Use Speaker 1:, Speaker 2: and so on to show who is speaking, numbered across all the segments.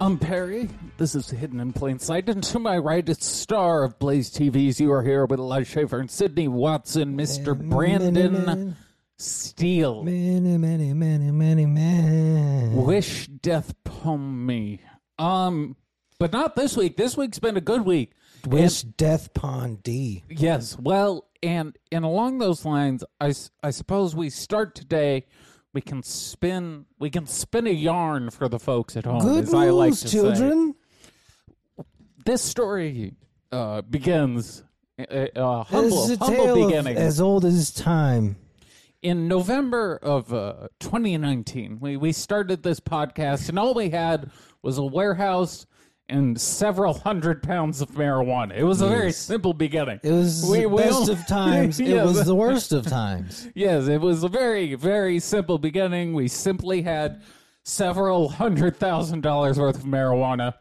Speaker 1: I'm Perry. This is Hidden in Plain Sight, and to my right, it's star of Blaze TV's. You are here with Elijah Schaefer and Sydney Watson, Mr. Brandon Steele.
Speaker 2: Many, many, many, many, many.
Speaker 1: Wish death upon me. Um, but not this week. This week's been a good week.
Speaker 2: Wish Death Pond D.
Speaker 1: Yes, well, and and along those lines, I, s- I suppose we start today. We can spin. We can spin a yarn for the folks at home.
Speaker 2: Good
Speaker 1: as I like
Speaker 2: news,
Speaker 1: to say.
Speaker 2: children.
Speaker 1: this story uh, begins uh, uh,
Speaker 2: This
Speaker 1: humble,
Speaker 2: is a
Speaker 1: humble
Speaker 2: tale of
Speaker 1: beginning.
Speaker 2: as old as time.
Speaker 1: In November of uh, 2019, we, we started this podcast, and all we had was a warehouse and several hundred pounds of marijuana. It was a very simple beginning.
Speaker 2: It was
Speaker 1: We-
Speaker 2: the
Speaker 1: we
Speaker 2: best
Speaker 1: all-
Speaker 2: of times.
Speaker 1: Yeah,
Speaker 2: it was
Speaker 1: but-
Speaker 2: the worst of times.
Speaker 1: Yes, it was a very, very simple beginning. We simply had several hundred thousand dollars worth of marijuana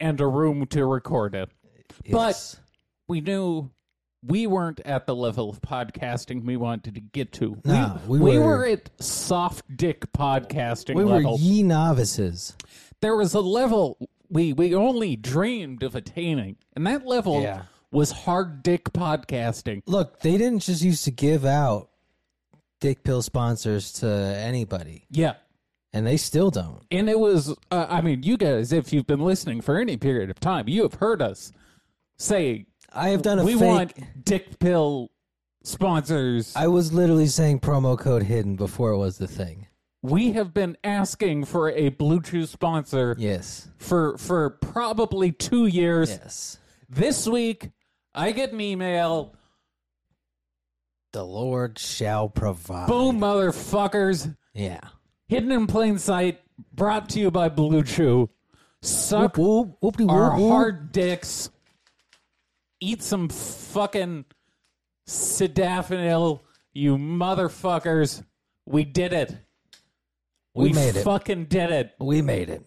Speaker 1: and a room to record it. But we knew we weren't at the level of podcasting we wanted to get to.
Speaker 2: No,
Speaker 1: we,
Speaker 2: we
Speaker 1: we
Speaker 2: were-
Speaker 1: were at soft dick podcasting
Speaker 2: We were
Speaker 1: level.
Speaker 2: ye novices.
Speaker 1: there was a level we, we only dreamed of attaining, and that level
Speaker 2: Yeah.
Speaker 1: was hard dick podcasting.
Speaker 2: Look, they didn't just used to give out dick pill sponsors to anybody,
Speaker 1: Yeah.
Speaker 2: and they still don't.
Speaker 1: And it was, uh, I mean, you guys, if you've been listening for any period of time, you have heard us say,
Speaker 2: I have done a
Speaker 1: we
Speaker 2: fake.
Speaker 1: want dick pill sponsors.
Speaker 2: I was literally saying promo code hidden before it was the thing.
Speaker 1: we have been asking for a Blue Chew sponsor
Speaker 2: Yes.
Speaker 1: for for probably two years.
Speaker 2: Yes.
Speaker 1: This week, I get an email.
Speaker 2: The Lord shall provide.
Speaker 1: Boom, motherfuckers!
Speaker 2: Yeah.
Speaker 1: Hidden in plain sight. Brought to you by Blue Chew. Suck
Speaker 2: Whoop, whoop,
Speaker 1: our hard dicks. Eat some fucking sildenafil, you motherfuckers. We did it.
Speaker 2: We, made it.
Speaker 1: fucking did it.
Speaker 2: we made it.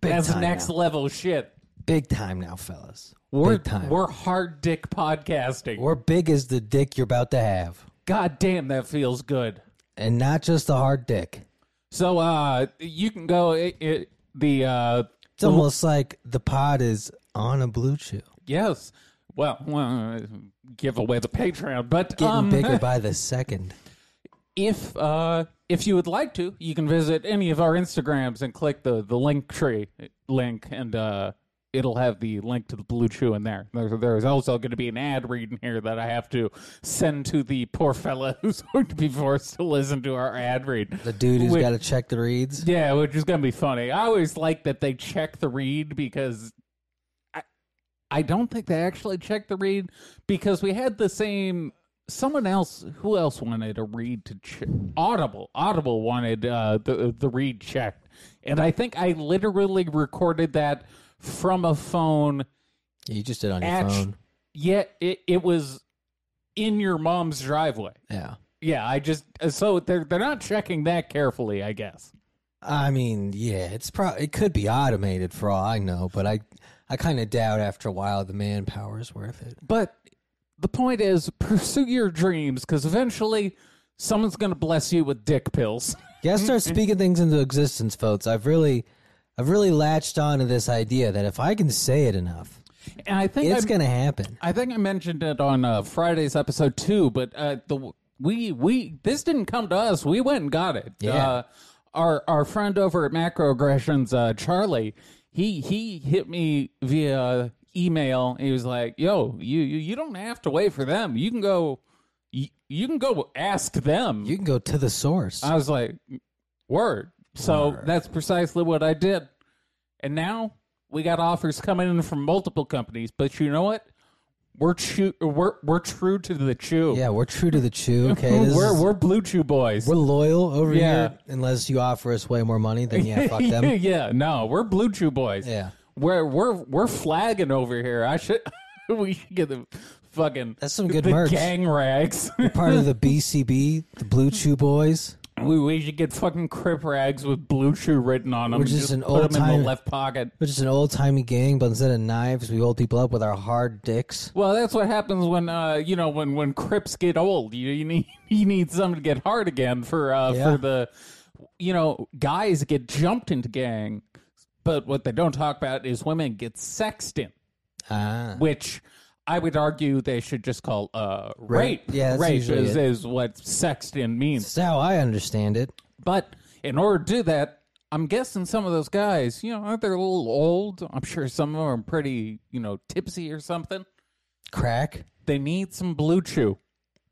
Speaker 2: Big
Speaker 1: That's
Speaker 2: time
Speaker 1: next
Speaker 2: now.
Speaker 1: level shit.
Speaker 2: Big time now, fellas.
Speaker 1: We're,
Speaker 2: big time. We're,
Speaker 1: we're hard dick podcasting.
Speaker 2: big as the dick you're about to have,
Speaker 1: God damn, that feels good.
Speaker 2: and not just the hard dick.
Speaker 1: So uh, you can go it, it, the uh,
Speaker 2: It's almost like the pod is on a blue chew,
Speaker 1: yes. Well, well, give away the Patreon, but
Speaker 2: getting
Speaker 1: um,
Speaker 2: bigger by the second.
Speaker 1: if uh, if you would like to, you can visit any of our Instagrams and click the the link tree link, and uh, it'll have the link to the Blue Chew in there. There's, there's also going to be an ad read in here that I have to send to the poor fella who's going to be forced to listen to our ad read.
Speaker 2: The dude who's
Speaker 1: Wait.
Speaker 2: got to check the reads.
Speaker 1: Yeah, which is gonna be funny. I always like that they check the read because I I don't think they actually check the read because we had the same someone else who else wanted a read to check Audible. Audible wanted uh, the the read checked, and I think I literally recorded that from a phone.
Speaker 2: You just did on your
Speaker 1: Actu-
Speaker 2: phone.
Speaker 1: Yeah, it it was in your mom's driveway.
Speaker 2: Yeah.
Speaker 1: Yeah, I just so they're they're not checking that carefully, I guess.
Speaker 2: I mean, yeah, it's probably it could be automated for all I know, but I, I kind of doubt after a while the manpower is worth it.
Speaker 1: But the point is, pursue your dreams because eventually someone's going to bless you with dick pills.
Speaker 2: Yeah, start
Speaker 1: Mm-hmm.
Speaker 2: speaking things into existence, folks. I've really, I've really latched on to this idea that if I can say it enough,
Speaker 1: And I think
Speaker 2: it's
Speaker 1: I,
Speaker 2: going to happen.
Speaker 1: I think I mentioned it on uh, Friday's episode too. But uh, the we we this didn't come to us. We went and got it.
Speaker 2: Yeah.
Speaker 1: Uh, our our friend over at Macroaggressions, uh, Charlie, he he hit me via email. He was like, "Yo, you you, you don't have to wait for them. You can go." You, you can go ask them.
Speaker 2: You can go to the source.
Speaker 1: I was like, word. So
Speaker 2: Right.
Speaker 1: that's precisely what I did. And now we got offers coming in from multiple companies, but you know what? We're chew- we're we're true to the chew.
Speaker 2: Yeah, we're true to the chew. Okay, this is-
Speaker 1: we're
Speaker 2: we're
Speaker 1: we're blue chew boys.
Speaker 2: loyal over
Speaker 1: Yeah.
Speaker 2: here. Unless you offer us way more money, then yeah, fuck them.
Speaker 1: yeah, no, we're blue chew boys.
Speaker 2: Yeah.
Speaker 1: We're we're we're flagging over here. I should we should get the fucking
Speaker 2: That's some good
Speaker 1: the
Speaker 2: merch.
Speaker 1: gang rags.
Speaker 2: Part of the BCB, the Blue Chew Boys.
Speaker 1: we we should get fucking crip rags with blue chew written on them.
Speaker 2: Which is
Speaker 1: Just
Speaker 2: an
Speaker 1: put them in
Speaker 2: old-time-
Speaker 1: the left pocket.
Speaker 2: We're just an old timey gang, but instead of knives, we hold people up with our hard dicks.
Speaker 1: Well, that's what happens when uh, you know when when Crips get old. You you need you need someone to get hard again for uh,
Speaker 2: Yeah.
Speaker 1: for the you know guys get jumped into gang, but what they don't talk about is women get sexed in,
Speaker 2: Ah,
Speaker 1: which I would argue they should just call uh, rape.
Speaker 2: Yeah, that's
Speaker 1: rape
Speaker 2: usually
Speaker 1: is,
Speaker 2: it.
Speaker 1: is what sexed in means.
Speaker 2: that's how I understand it.
Speaker 1: But in order to do that, I'm guessing some of those guys, you know, aren't they a little old? I'm sure some of them are pretty, you know, tipsy or something.
Speaker 2: Crack.
Speaker 1: They need some blue chew.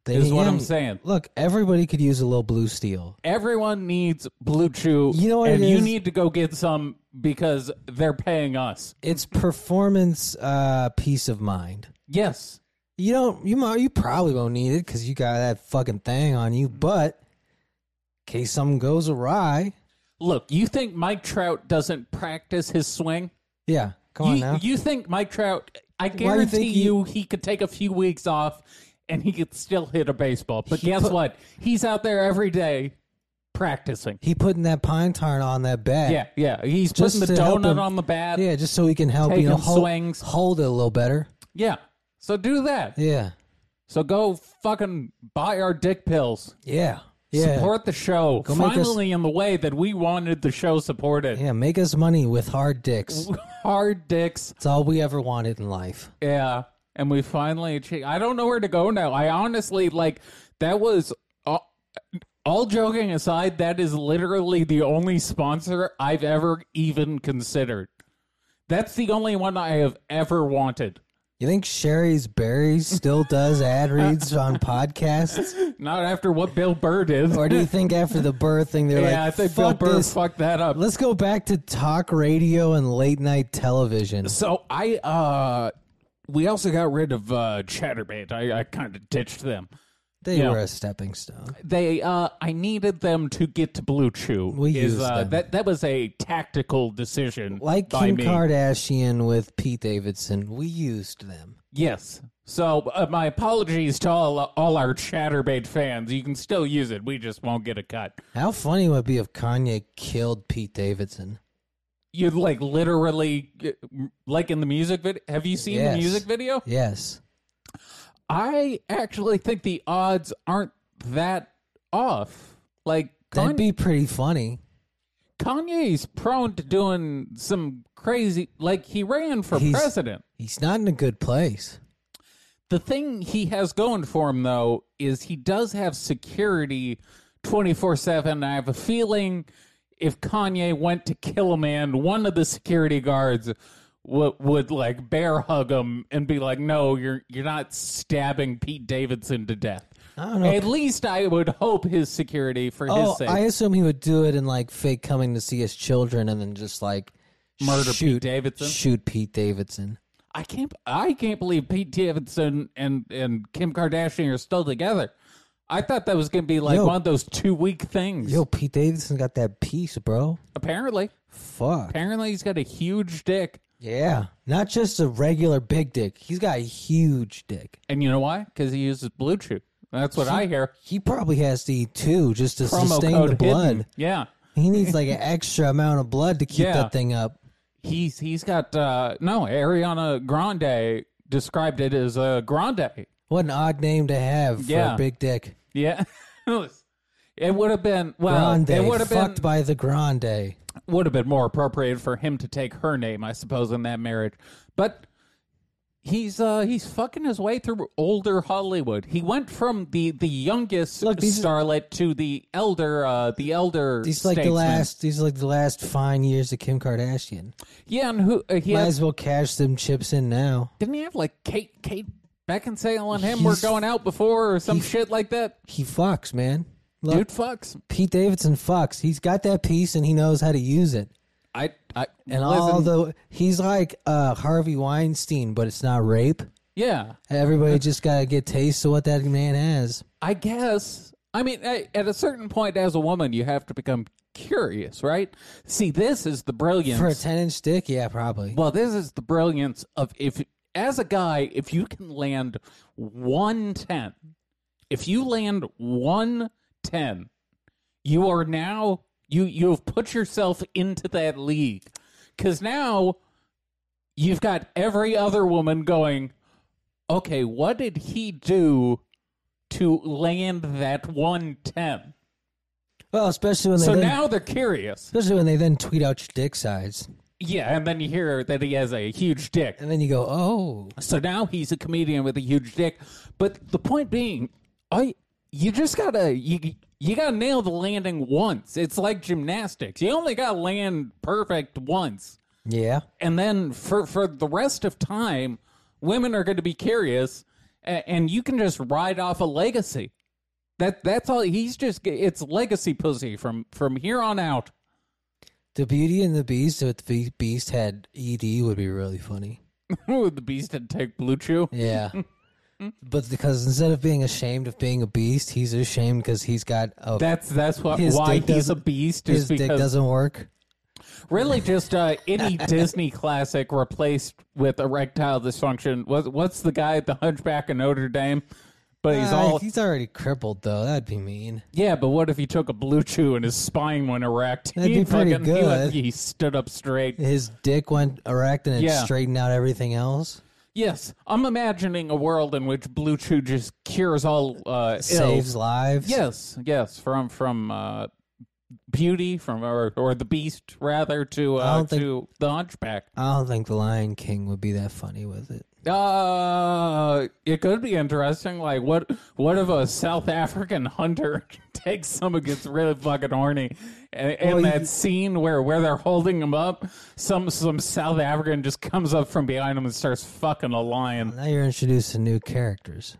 Speaker 2: They,
Speaker 1: Is what I'm
Speaker 2: yeah,
Speaker 1: saying.
Speaker 2: Look, everybody could use a little blue steel.
Speaker 1: Everyone needs Blue Chew.
Speaker 2: You know what
Speaker 1: and
Speaker 2: it
Speaker 1: you
Speaker 2: is?
Speaker 1: need to go get some because they're paying us.
Speaker 2: It's performance uh, peace of mind.
Speaker 1: Yes.
Speaker 2: You don't. You might. You probably won't need it because you got that fucking thing on
Speaker 1: Mm-hmm.
Speaker 2: you. But in case something goes awry,
Speaker 1: Look, you think Mike Trout doesn't practice his swing?
Speaker 2: yeah. Come on
Speaker 1: You,
Speaker 2: now.
Speaker 1: you think Mike Trout, I
Speaker 2: you
Speaker 1: guarantee
Speaker 2: think he-
Speaker 1: you, he could take a few weeks off and he could still hit a baseball. But
Speaker 2: He
Speaker 1: guess
Speaker 2: put-
Speaker 1: what? He's out there every day practicing.
Speaker 2: he putting that pine tar on that bat.
Speaker 1: Yeah, yeah. He's
Speaker 2: Just
Speaker 1: putting the
Speaker 2: to help
Speaker 1: donut
Speaker 2: him-
Speaker 1: on the bat. Yeah.
Speaker 2: Yeah, just so he can help
Speaker 1: Taking
Speaker 2: you know hold,
Speaker 1: swings.
Speaker 2: hold it a little better.
Speaker 1: So do that.
Speaker 2: Yeah.
Speaker 1: So go fucking buy our dick pills.
Speaker 2: Yeah. Yeah.
Speaker 1: Support the show.
Speaker 2: make us-
Speaker 1: Finally, in the way that we wanted the show supported.
Speaker 2: Yeah, make us money with hard dicks.
Speaker 1: Hard dicks.
Speaker 2: It's all we ever wanted in life.
Speaker 1: Yeah. And we finally achieved. I don't know where to go now. I honestly, like, that was. All, all joking aside, that is literally the only sponsor I've ever even considered. That's the only one I have ever wanted.
Speaker 2: You think Sherry's Berries still does ad reads on podcasts?
Speaker 1: Not after what Bill Burr did.
Speaker 2: Or do you think after the Burr thing, they're
Speaker 1: yeah,
Speaker 2: like,
Speaker 1: I think Bill
Speaker 2: fuck
Speaker 1: Burr
Speaker 2: this.
Speaker 1: fucked that up.
Speaker 2: Let's go back to talk radio and late night television.
Speaker 1: So I uh we also got rid of uh Chatterbait. I, I kind of ditched them.
Speaker 2: They
Speaker 1: Yeah.
Speaker 2: were a stepping stone.
Speaker 1: They uh I needed them to get to Blue Chew.
Speaker 2: We
Speaker 1: is,
Speaker 2: used
Speaker 1: uh,
Speaker 2: them.
Speaker 1: that that was a tactical decision
Speaker 2: Like
Speaker 1: by
Speaker 2: Kim
Speaker 1: me.
Speaker 2: Kardashian with Pete Davidson, we used them.
Speaker 1: Yes. So uh, my apologies to all all our Chatterbait fans. You can still use it. We just won't get a cut.
Speaker 2: How funny would it be if Kanye killed Pete Davidson?
Speaker 1: You'd like literally uh, like in the music video. Have you seen
Speaker 2: Yes.
Speaker 1: the music video?
Speaker 2: Yes.
Speaker 1: I actually think the odds aren't that off. Like
Speaker 2: That'd be pretty funny.
Speaker 1: Kanye's prone to doing some crazy. Like he ran for
Speaker 2: He's-
Speaker 1: president.
Speaker 2: He's not in a good place.
Speaker 1: The thing he has going for him though is he does have security twenty four seven. I have a feeling if Kanye went to kill a man, one of the security guards would would like bear hug him and be like, "No, you're you're not stabbing Pete Davidson to death."
Speaker 2: I don't know.
Speaker 1: At least I would hope his security for
Speaker 2: Oh,
Speaker 1: his sake.
Speaker 2: I assume he would do it in like fake coming to see his children and then just like
Speaker 1: Murder Pete
Speaker 2: shoot,
Speaker 1: Davidson?
Speaker 2: Shoot Pete Davidson.
Speaker 1: I can't I can't believe Pete Davidson and and Kim Kardashian are still together. I thought that was going to be like
Speaker 2: Yo.
Speaker 1: one of those two week things.
Speaker 2: Yo, Oh, Pete Davidson got that piece, bro.
Speaker 1: Apparently,
Speaker 2: Fuck.
Speaker 1: apparently he's got a huge dick,
Speaker 2: Yeah. Not just a regular big dick. He's got a huge dick.
Speaker 1: and you know why? Because he uses Blue Chew. That's what I hear.
Speaker 2: He probably has to eat two just to
Speaker 1: Promo
Speaker 2: sustain
Speaker 1: code
Speaker 2: the blood.
Speaker 1: hidden. Yeah,
Speaker 2: He needs like an extra amount of blood to keep
Speaker 1: Yeah.
Speaker 2: that thing up.
Speaker 1: he's he's got uh no Ariana Grande described it as a grande.
Speaker 2: What an odd name to have for
Speaker 1: Yeah.
Speaker 2: a big dick.
Speaker 1: Yeah, it would have been well,
Speaker 2: Grande.
Speaker 1: Uh, it would have been
Speaker 2: fucked by the Grande.
Speaker 1: would have been more appropriate for him to take her name, I suppose, in that marriage. But he's uh he's fucking his way through older Hollywood. He went from the the youngest
Speaker 2: Look, these-
Speaker 1: starlet to the elder uh the elder.
Speaker 2: He's like the
Speaker 1: statesman.
Speaker 2: last. He's like the last fine years of Kim Kardashian.
Speaker 1: Yeah, and who uh, he
Speaker 2: Might
Speaker 1: has,
Speaker 2: as well cash them chips in now.
Speaker 1: didn't he have like Kate Kate Beckinsale and him were
Speaker 2: He's-
Speaker 1: going out before or some shit like that.
Speaker 2: He fucks, man. Look,
Speaker 1: Dude fucks.
Speaker 2: Pete Davidson fucks. He's got that piece and he knows how to use it.
Speaker 1: I, I listen,
Speaker 2: And all the he's like uh, Harvey Weinstein, but it's not rape.
Speaker 1: yeah.
Speaker 2: Everybody just gotta get taste of what that man has.
Speaker 1: I guess. I mean, a- at a certain point, as a woman, you have to become curious, right? See, this is the brilliance.
Speaker 2: For a ten inch dick, yeah, probably.
Speaker 1: well, this is the brilliance of if, as a guy, if you can land one ten, if you land one ten, you are now you you have put yourself into that league because now you've got every other woman going. Okay, what did he do to land that 110.
Speaker 2: Well, especially when they
Speaker 1: So
Speaker 2: then,
Speaker 1: now they're curious.
Speaker 2: especially when they then tweet out your dick size,
Speaker 1: Yeah, and then you hear that he has a huge dick.
Speaker 2: and then you go, oh,
Speaker 1: So now he's a comedian with a huge dick. But the point being, I you just gotta you you gotta nail the landing once. It's like gymnastics. You only gotta land perfect once.
Speaker 2: yeah,
Speaker 1: and then for for the rest of time, women are going to be curious, and, and you can just ride off a legacy. That that's all. He's just g- it's legacy pussy from from here on out.
Speaker 2: the Beauty and the Beast. If the Be- Beast had ED, would be really funny.
Speaker 1: Ooh, the beast had to take blue chew.
Speaker 2: Yeah. But because instead of being ashamed of being a beast, he's ashamed because he's got a
Speaker 1: That's that's what
Speaker 2: His
Speaker 1: why
Speaker 2: dick
Speaker 1: he's a
Speaker 2: doesn't-
Speaker 1: beast
Speaker 2: his
Speaker 1: is
Speaker 2: dick
Speaker 1: because
Speaker 2: doesn't work.
Speaker 1: really just uh, any Disney classic replaced with erectile dysfunction. What, what's the guy at the Hunchback of Notre Dame? But he's
Speaker 2: Ah,
Speaker 1: all
Speaker 2: he's already crippled though. That'd be mean.
Speaker 1: Yeah, but what if he took a blue chew and his spine went erect?
Speaker 2: That'd
Speaker 1: he
Speaker 2: be pretty
Speaker 1: He, went-
Speaker 2: good.
Speaker 1: he stood up straight.
Speaker 2: His dick went erect and it
Speaker 1: Yeah.
Speaker 2: straightened out everything else.
Speaker 1: Yes, I'm imagining a world in which blue chew just cures all uh,
Speaker 2: Saves
Speaker 1: ills.
Speaker 2: lives.
Speaker 1: Yes, yes, from from uh, beauty, from or or the beast rather to
Speaker 2: I
Speaker 1: uh,
Speaker 2: don't think-
Speaker 1: to the hunchback.
Speaker 2: I don't think the Lion King would be that funny with it.
Speaker 1: Uh, it could be interesting. Like, what what if a South African hunter takes someone gets really fucking horny, and in
Speaker 2: Well,
Speaker 1: that
Speaker 2: you-
Speaker 1: scene where where they're holding him up, some some South African just comes up from behind him and starts fucking a lion.
Speaker 2: Now you're introducing new characters.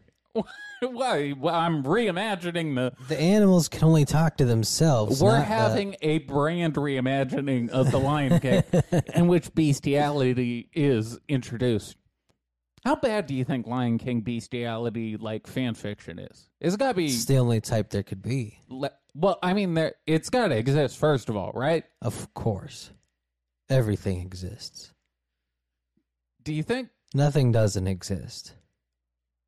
Speaker 1: Why? well, I'm reimagining the.
Speaker 2: The animals can only talk to themselves.
Speaker 1: We're
Speaker 2: not, uh,
Speaker 1: having a brand reimagining of the Lion King, in which bestiality is introduced. How bad do you think Lion King bestiality like fan fiction is? It's got to be
Speaker 2: it's the only type there could be.
Speaker 1: le- well. I mean, there it's got to exist first of all, right?
Speaker 2: Of course, everything exists.
Speaker 1: Do you think?
Speaker 2: Nothing doesn't exist.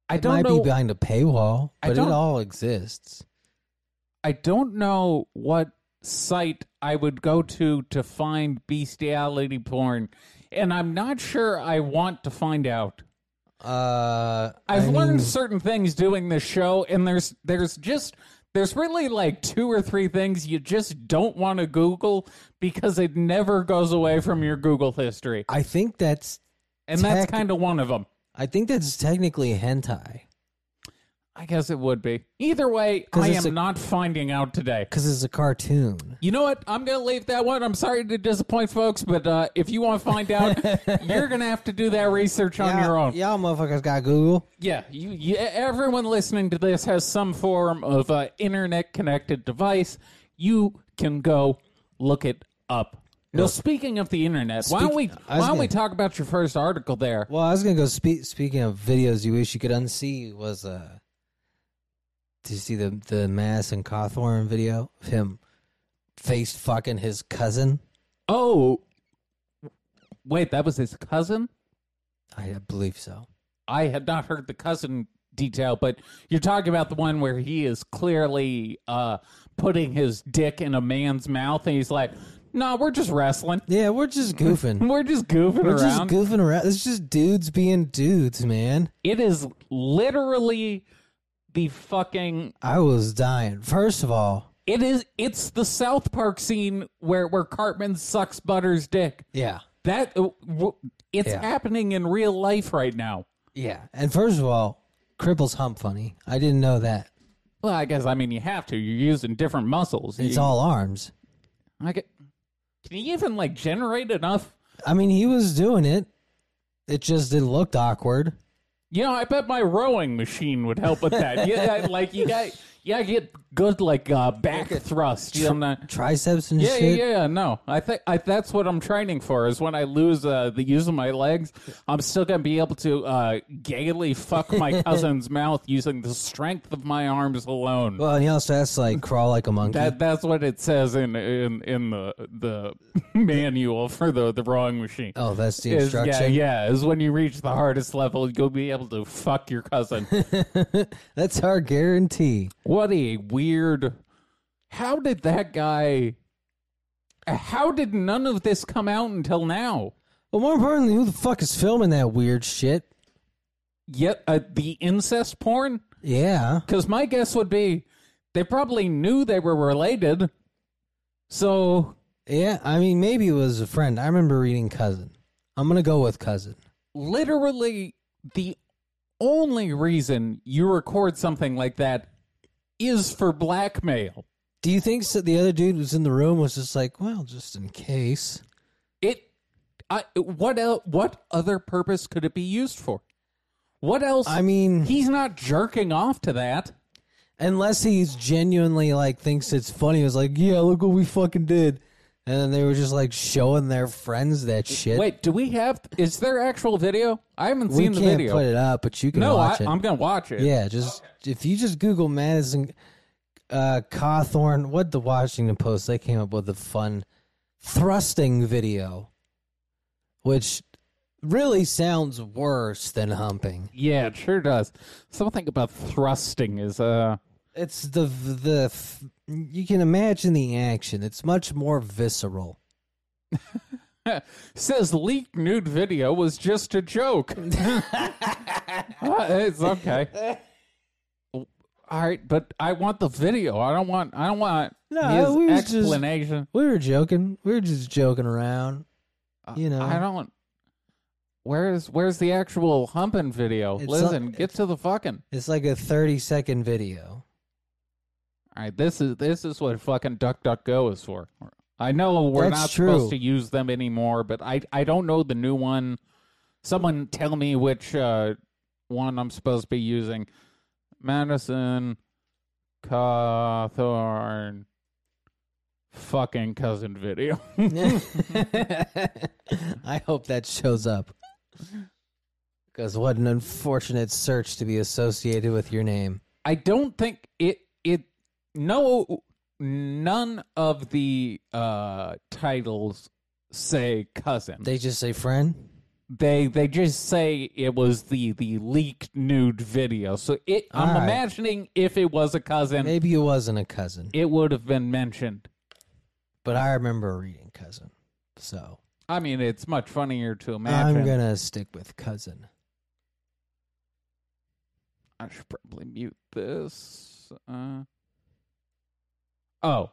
Speaker 1: I
Speaker 2: It
Speaker 1: don't
Speaker 2: might
Speaker 1: know.
Speaker 2: be behind a paywall,
Speaker 1: I
Speaker 2: but it
Speaker 1: don't-
Speaker 2: all exists.
Speaker 1: I don't know what site I would go to to find bestiality porn, and I'm not sure I want to find out.
Speaker 2: Uh,
Speaker 1: I've
Speaker 2: I
Speaker 1: learned
Speaker 2: mean,
Speaker 1: certain things doing this show, and there's there's just there's really like two or three things you just don't want to Google because it never goes away from your Google history,
Speaker 2: I think that's.
Speaker 1: and that's
Speaker 2: Tech-
Speaker 1: kind of one of them.
Speaker 2: I think that's technically hentai
Speaker 1: I guess it would be. Either way,
Speaker 2: 'Cause
Speaker 1: I
Speaker 2: it's
Speaker 1: am
Speaker 2: a-
Speaker 1: not finding out today.
Speaker 2: because it's a cartoon.
Speaker 1: You know what? I'm going to leave that one. I'm sorry to disappoint folks, but uh, if you want to find out, you're going to have to do that research on your own.
Speaker 2: Y'all motherfuckers got Google.
Speaker 1: Yeah, you, you, everyone listening to this has some form of uh, internet connected device. You can go look it up. Now, speaking of the internet, why don't we
Speaker 2: Speak- I
Speaker 1: why
Speaker 2: was
Speaker 1: don't we
Speaker 2: gonna-
Speaker 1: talk about your first article there?
Speaker 2: Well, I was gonna go. Spe- speaking of videos, you wish you could unsee was uh, did you see the the Mass and Cawthorn video of him face fucking his cousin?
Speaker 1: Oh, wait, that was his cousin.
Speaker 2: I believe so.
Speaker 1: I had not heard the cousin detail, but you're talking about the one where he is clearly uh, putting his dick in a man's mouth, and he's like, "No, nah, we're just wrestling.
Speaker 2: Yeah, we're just goofing.
Speaker 1: We're just goofing
Speaker 2: We're
Speaker 1: around."
Speaker 2: just goofing around. It's just dudes being dudes, man.
Speaker 1: It is literally the fucking
Speaker 2: I was dying. First of all,
Speaker 1: it is it's the South Park scene where where Cartman sucks Butter's dick.
Speaker 2: yeah,
Speaker 1: That uh, w- it's
Speaker 2: Yeah.
Speaker 1: happening in real life right now.
Speaker 2: yeah. And first of all, cripples hump funny. I didn't know that.
Speaker 1: Well, I guess I mean you have to. You're using different muscles.
Speaker 2: It's
Speaker 1: You-
Speaker 2: all arms.
Speaker 1: I get, can you even like generate enough?
Speaker 2: I mean, he was doing it. It just it looked awkward.
Speaker 1: You know, I bet my rowing machine would help with that. yeah, like you got yeah, get good like uh, back
Speaker 2: Look at-
Speaker 1: thrust
Speaker 2: Yeah.
Speaker 1: from that.
Speaker 2: triceps and
Speaker 1: Yeah, yeah,
Speaker 2: shit.
Speaker 1: yeah. No, I think I, that's what I'm training for. Is when I lose uh, the use of my legs, I'm still gonna be able to uh, gaily fuck my cousin's mouth using the strength of my arms alone.
Speaker 2: Well, and he also has to like crawl like a monkey.
Speaker 1: That that's what it says in in, in the the manual for the the rowing machine.
Speaker 2: oh, that's the
Speaker 1: Is- yeah,
Speaker 2: instruction.
Speaker 1: yeah. Is when you reach the hardest level, you'll be able to fuck your cousin.
Speaker 2: That's our guarantee.
Speaker 1: what a weird. How did that guy? How did none of this come out until now?
Speaker 2: But more importantly, who the fuck is filming that weird shit?
Speaker 1: Yet uh, the incest porn.
Speaker 2: Yeah.
Speaker 1: Because my guess would be they probably knew they were related. So
Speaker 2: Yeah, I mean, maybe it was a friend. I remember reading Cousin. I'm going to go with Cousin.
Speaker 1: literally the only reason you record something like that is for blackmail.
Speaker 2: Do you think so, the other dude was in the room was just like, well, just in case?
Speaker 1: It, I, what el- what other purpose could it be used for? What else?
Speaker 2: I mean,
Speaker 1: he's not jerking off to that.
Speaker 2: unless he's genuinely like thinks it's funny, was like, yeah, look what we fucking did. And then they were just like showing their friends that shit.
Speaker 1: Wait, do we have? Is there actual video? I haven't
Speaker 2: we
Speaker 1: seen
Speaker 2: can't
Speaker 1: the video.
Speaker 2: put it up, but you can
Speaker 1: no, I,
Speaker 2: watch it.
Speaker 1: I'm gonna watch it.
Speaker 2: Yeah, just if you just Google Madison uh, Cawthorn, what the Washington Post they came up with a fun thrusting video, which really sounds worse than humping.
Speaker 1: yeah, it sure does. Something about thrusting is uh
Speaker 2: It's the the f- you can imagine the action. It's much more visceral.
Speaker 1: says leaked nude video was just a joke. Uh, it's okay. All right, but I want the video. I don't want. I don't want
Speaker 2: No, we
Speaker 1: his
Speaker 2: was just-
Speaker 1: explanation.
Speaker 2: We were joking. We were just joking around. You know,
Speaker 1: I don't. Where's Where's the actual humping video?
Speaker 2: It's
Speaker 1: Listen,
Speaker 2: not-
Speaker 1: get to the fucking.
Speaker 2: it's like a thirty second video.
Speaker 1: All right, this is this is what fucking Duck Duck Go is for. I know we're
Speaker 2: That's
Speaker 1: not
Speaker 2: true.
Speaker 1: supposed to use them anymore, but I I don't know the new one. Someone tell me which uh, one I'm supposed to be using. Madison Cawthorn fucking cousin video.
Speaker 2: I hope that shows up. Because what an unfortunate search to be associated with your name.
Speaker 1: I don't think it it no none of the uh titles say cousin.
Speaker 2: They just say friend.
Speaker 1: they they just say it was the the leaked nude video so it i'm
Speaker 2: Alright.
Speaker 1: imagining if it was a cousin
Speaker 2: Maybe it wasn't a cousin,
Speaker 1: it would have been mentioned
Speaker 2: but I remember reading cousin. So
Speaker 1: i mean it's much funnier to imagine
Speaker 2: I'm gonna stick with cousin.
Speaker 1: i should probably mute this uh oh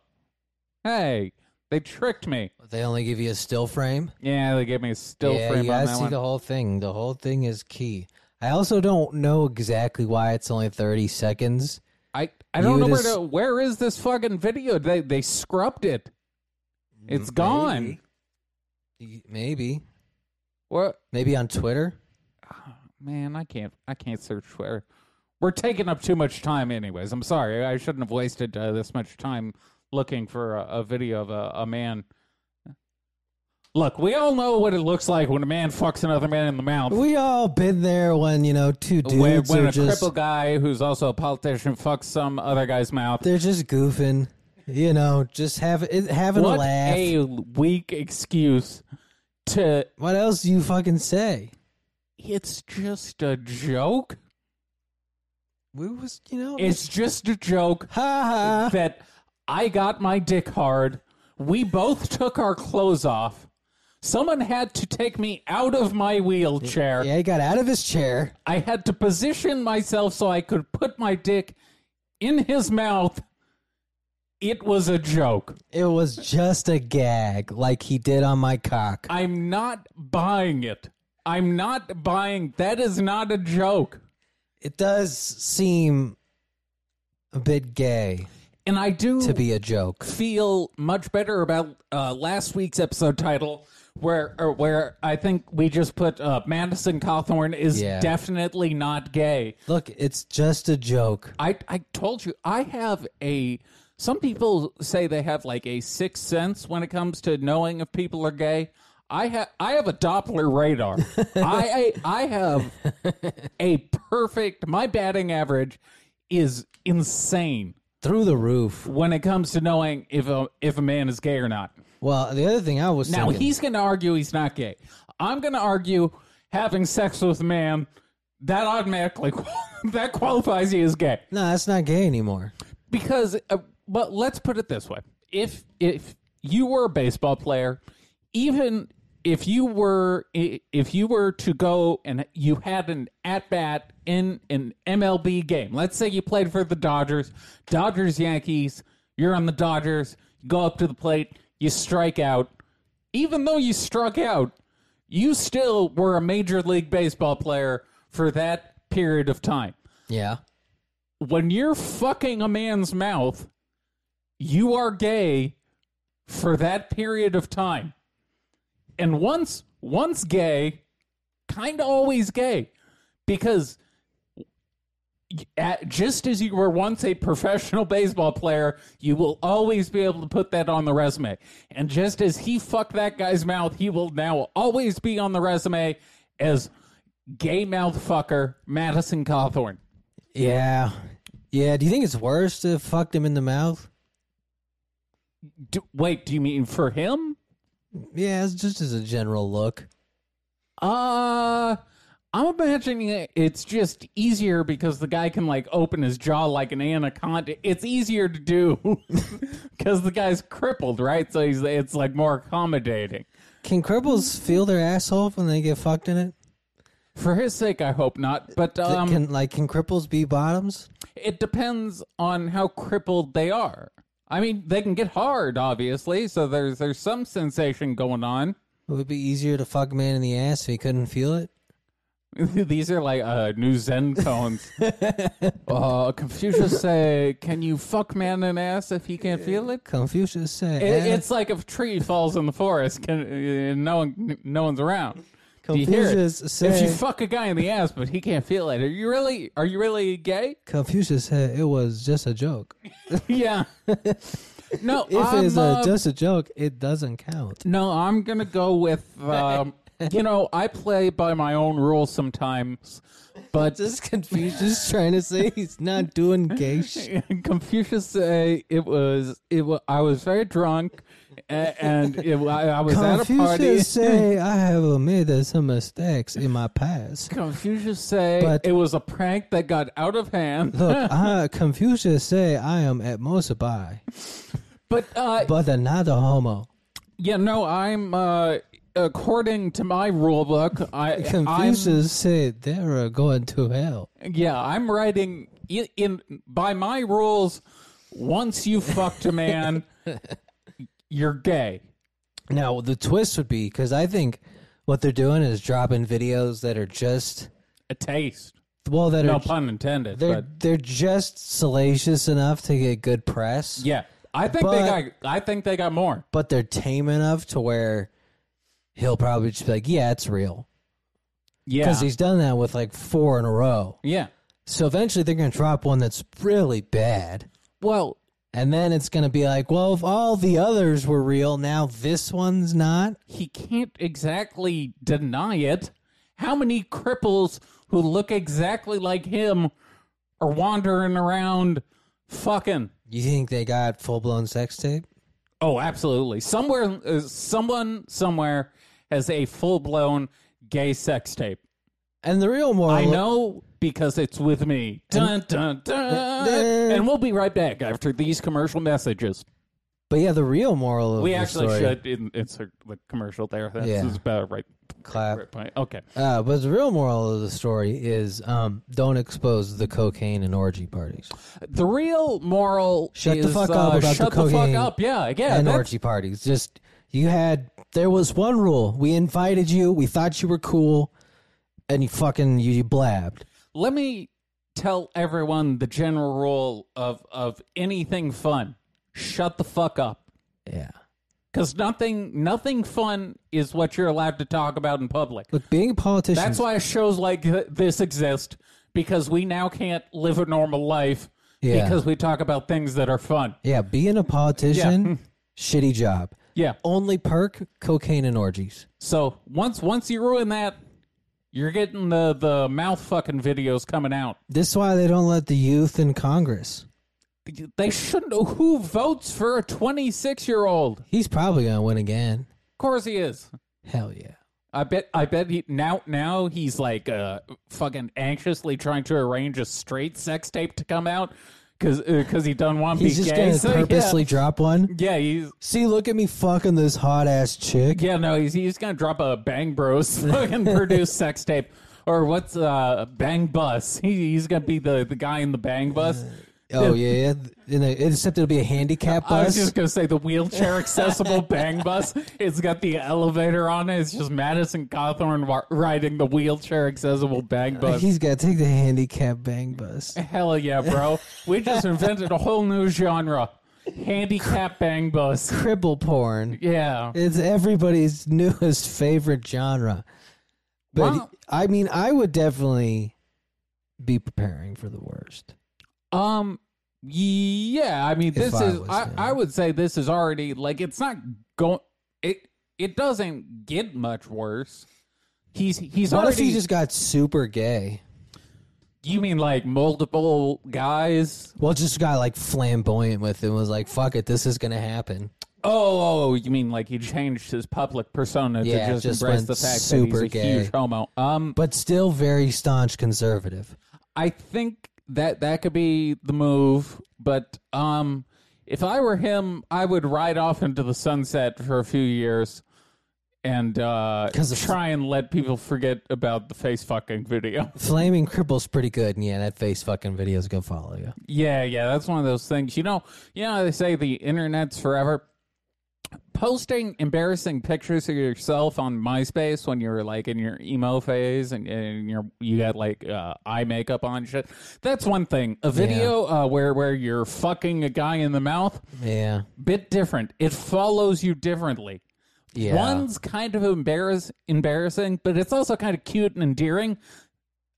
Speaker 1: hey they tricked me
Speaker 2: They only give you a still frame.
Speaker 1: yeah they gave me a still
Speaker 2: yeah,
Speaker 1: frame
Speaker 2: you
Speaker 1: on
Speaker 2: gotta
Speaker 1: that
Speaker 2: see
Speaker 1: one
Speaker 2: the whole thing. The whole thing is key. I also don't know exactly why it's only 30 seconds.
Speaker 1: i i don't
Speaker 2: you
Speaker 1: know
Speaker 2: just-
Speaker 1: where to where is this fucking video they they scrubbed it It's gone
Speaker 2: Maybe. Maybe.
Speaker 1: what
Speaker 2: Maybe on Twitter.
Speaker 1: Man, I can't. I can't search Twitter. We're taking up too much time, anyways. I'm sorry. I shouldn't have wasted uh, this much time looking for a, a video of a, a man. Look, we all know what it looks like when a man fucks another man in the mouth.
Speaker 2: We all been there when you know two dudes
Speaker 1: when when
Speaker 2: are
Speaker 1: a
Speaker 2: just
Speaker 1: crippled guy who's also a politician fucks some other guy's mouth.
Speaker 2: they're just goofing, you know, just have, it- having
Speaker 1: What
Speaker 2: a laugh.
Speaker 1: a weak excuse to.
Speaker 2: what else do you fucking say?
Speaker 1: It's just a joke.
Speaker 2: We was you know
Speaker 1: It's just a joke.
Speaker 2: ha ha.
Speaker 1: that I got my dick hard. We both took our clothes off. Someone had to take me out of my wheelchair.
Speaker 2: Yeah, he got out of his chair.
Speaker 1: I had to position myself so I could put my dick in his mouth. It was a joke.
Speaker 2: It was just a gag, like he did on my cock.
Speaker 1: I'm not buying it. I'm not buying. That is not a joke.
Speaker 2: It does seem a bit gay.
Speaker 1: And I do
Speaker 2: to be a joke.
Speaker 1: feel much better about uh, last week's episode title, where or where I think we just put uh, Madison Cawthorn is
Speaker 2: Yeah.
Speaker 1: definitely not gay.
Speaker 2: Look, it's just a joke.
Speaker 1: I I told you I have a. Some people say they have like a sixth sense when it comes to knowing if people are gay. I have I have a Doppler radar. I, I I have a perfect. My batting average is insane
Speaker 2: Through the roof.
Speaker 1: when it comes to knowing if a if a man is gay or not.
Speaker 2: Well, the other thing I was
Speaker 1: Now
Speaker 2: thinking,
Speaker 1: he's going to argue he's not gay. I'm going to argue having sex with a man that automatically qual- that qualifies you as gay
Speaker 2: no, that's not gay anymore.
Speaker 1: because. Uh, but let's put it this way: if if you were a baseball player, even if you were i- if you were to go and you had an at bat in an MLB game, let's say you played for the Dodgers, Dodgers Yankees, you're on the Dodgers, you go up to the plate, you strike out even though you struck out, you still were a major league baseball player for that period of time.
Speaker 2: Yeah.
Speaker 1: When you're fucking a man's mouth, you are gay for that period of time. And once once gay, kind of always gay because at, just as you were once a professional baseball player, you will always be able to put that on the resume. And just as he fucked that guy's mouth, he will now always be on the resume as gay mouth fucker Madison Cawthorn.
Speaker 2: Yeah. Yeah. Do you think it's worse to fuck him in the mouth?
Speaker 1: Do, wait, do you mean for him?
Speaker 2: Yeah, it's just as a general look.
Speaker 1: Uh I'm imagining it- it's just easier because the guy can like open his jaw like an anaconda. It's easier to do because the guy's crippled, right? So he's it's like more accommodating.
Speaker 2: Can cripples feel their asshole when they get fucked in it?
Speaker 1: For his sake, I hope not. But
Speaker 2: Th-
Speaker 1: um,
Speaker 2: can like can cripples be bottoms?
Speaker 1: it depends on how crippled they are. I mean, they can get hard, obviously. So there's there's some sensation going on.
Speaker 2: It would be easier to fuck a man in the ass if he couldn't feel it.
Speaker 1: These are like uh, new Zen cones. uh, Confucius say, "Can you fuck man in ass if he can't feel it?"
Speaker 2: Confucius said,
Speaker 1: It- it's like if a tree falls in the forest can, and no one no one's around. Do you hear it?
Speaker 2: Confucius
Speaker 1: If you
Speaker 2: said-
Speaker 1: fuck a guy in the ass, but he can't feel it, are you really are you really gay?
Speaker 2: Confucius said it was just a joke.
Speaker 1: yeah. No,
Speaker 2: If
Speaker 1: I'm,
Speaker 2: it's a,
Speaker 1: uh,
Speaker 2: just a joke, it doesn't count.
Speaker 1: no, I'm gonna go with. Um, you know, I play by my own rules sometimes, but
Speaker 2: Just Confucius trying to say he's not doing gay shit.
Speaker 1: Confucius say it was it. wa I was very drunk, and, and it, wa- I, I was at a party.
Speaker 2: Confucius say I have made some mistakes in my past.
Speaker 1: Confucius say
Speaker 2: But-
Speaker 1: it was a prank that got out of hand.
Speaker 2: Look, I, Confucius say I am at most bi,
Speaker 1: But uh,
Speaker 2: but another homo.
Speaker 1: yeah, no, I'm uh, according to my rule book. I I'm,
Speaker 2: Confucius said they are going to hell.
Speaker 1: yeah, I'm writing in, in by my rules. Once you fucked a man, you're gay.
Speaker 2: Now the twist would be because I think what they're doing is dropping videos that are just
Speaker 1: A taste,
Speaker 2: well that
Speaker 1: no
Speaker 2: are
Speaker 1: pun intended.
Speaker 2: they're
Speaker 1: But
Speaker 2: they're just salacious enough to get good press,
Speaker 1: yeah, I think they
Speaker 2: But-
Speaker 1: got. I think they got more.
Speaker 2: but they're tame enough to where he'll probably just be like, "Yeah, it's real,"
Speaker 1: Yeah,
Speaker 2: because he's done that with like four in a row.
Speaker 1: yeah.
Speaker 2: So eventually they're gonna drop one that's really bad,
Speaker 1: Well,
Speaker 2: and then it's gonna be like, "Well, if all the others were real, now this one's not."
Speaker 1: he can't exactly deny it. How many cripples who look exactly like him are wandering around fucking?
Speaker 2: You think they got full blown sex tape?
Speaker 1: Oh, absolutely. Somewhere, uh, someone somewhere has a full blown gay sex tape.
Speaker 2: And the real moral,
Speaker 1: I know because it's with me. Dun, dun, dun. And we'll be right back after these commercial messages.
Speaker 2: but yeah, the real moral of
Speaker 1: We
Speaker 2: the
Speaker 1: actually
Speaker 2: story-
Speaker 1: should in, insert the commercial there. That's
Speaker 2: Yeah.
Speaker 1: about right.
Speaker 2: Clap.
Speaker 1: right point. Okay.
Speaker 2: Uh, but the real moral of the story is um, don't expose the cocaine and orgy parties
Speaker 1: The real moral
Speaker 2: Shut the
Speaker 1: is,
Speaker 2: fuck
Speaker 1: uh,
Speaker 2: up about
Speaker 1: shut
Speaker 2: the
Speaker 1: the, fuck
Speaker 2: cocaine
Speaker 1: up. Yeah, yeah.
Speaker 2: and
Speaker 1: that's-
Speaker 2: orgy parties. Just you had there was one rule: we invited you, we thought you were cool, and you fucking you, you blabbed.
Speaker 1: Let me tell everyone the general rule of of anything fun. Shut the fuck up.
Speaker 2: Yeah.
Speaker 1: Because nothing nothing fun is what you're allowed to talk about in public.
Speaker 2: Look, being a politician.
Speaker 1: That's why shows like th- this exist because we now can't live a normal life
Speaker 2: Yeah.
Speaker 1: because we talk about things that are fun.
Speaker 2: Yeah, being a politician, shitty job.
Speaker 1: Yeah.
Speaker 2: Only perk cocaine and orgies.
Speaker 1: So once once you ruin that, you're getting the the mouth fucking videos coming out.
Speaker 2: This is why they don't let the youth in Congress.
Speaker 1: They shouldn't. Who votes for a 26 year old? Of
Speaker 2: He's probably gonna win again.
Speaker 1: course he is.
Speaker 2: Hell yeah.
Speaker 1: I bet. I bet he now. Now he's like uh, fucking anxiously trying to arrange a straight sex tape to come out because because he done want to be
Speaker 2: He's just
Speaker 1: gay.
Speaker 2: gonna
Speaker 1: So, yeah.
Speaker 2: purposely drop one.
Speaker 1: Yeah, he's
Speaker 2: See, look at me fucking this hot ass chick.
Speaker 1: yeah no he's he's gonna drop a Bang Bros fucking produce sex tape or what's uh Bang Bus? He, he's gonna be the the guy in the Bang Bus.
Speaker 2: Oh yeah, yeah. In the, except it'll be a handicap
Speaker 1: I was
Speaker 2: bus.
Speaker 1: just gonna say the wheelchair accessible Bang Bus. It's got the elevator on it. It's just Madison Cawthorn wa- riding the wheelchair accessible Bang Bus.
Speaker 2: He's gotta take the handicap bang bus.
Speaker 1: Hell yeah, bro. We just invented a whole new genre. Handicap bang bus.
Speaker 2: Cripple porn.
Speaker 1: Yeah.
Speaker 2: It's everybody's newest favorite genre. But
Speaker 1: Wow.
Speaker 2: I mean, I would definitely be preparing for the worst.
Speaker 1: Um yeah, I mean this
Speaker 2: I
Speaker 1: is
Speaker 2: was
Speaker 1: I,
Speaker 2: him.
Speaker 1: I would say this is already like it's not going it it doesn't get much worse. He's he's
Speaker 2: What if
Speaker 1: already
Speaker 2: he just got super gay?
Speaker 1: you mean like multiple guys?
Speaker 2: Well, just got like flamboyant with it and was like, fuck it, this is going to happen.
Speaker 1: Oh, oh, you mean like he changed his public persona
Speaker 2: Yeah,
Speaker 1: to just,
Speaker 2: just
Speaker 1: embrace
Speaker 2: went
Speaker 1: the fact
Speaker 2: super
Speaker 1: that he's a
Speaker 2: gay.
Speaker 1: huge homo. Um
Speaker 2: But still very staunch conservative.
Speaker 1: I think that that could be the move, but um, if I were him, I would ride off into the sunset for a few years and uh,
Speaker 2: 'Cause of-
Speaker 1: try and let people forget about the face fucking video.
Speaker 2: Flaming Cripple's pretty good. And yeah, that face fucking video is going to follow you.
Speaker 1: yeah, yeah, that's one of those things. You know, you know, how they say the internet's forever. Posting embarrassing pictures of yourself on MySpace when you were like in your emo phase and, and you're, you got like uh, eye makeup on and shit. That's one thing. A video uh, where where you're fucking a guy in the mouth,
Speaker 2: Yeah.
Speaker 1: bit different. It follows you differently.
Speaker 2: Yeah.
Speaker 1: One's kind of embarrass- embarrassing, but it's also kind of cute and endearing.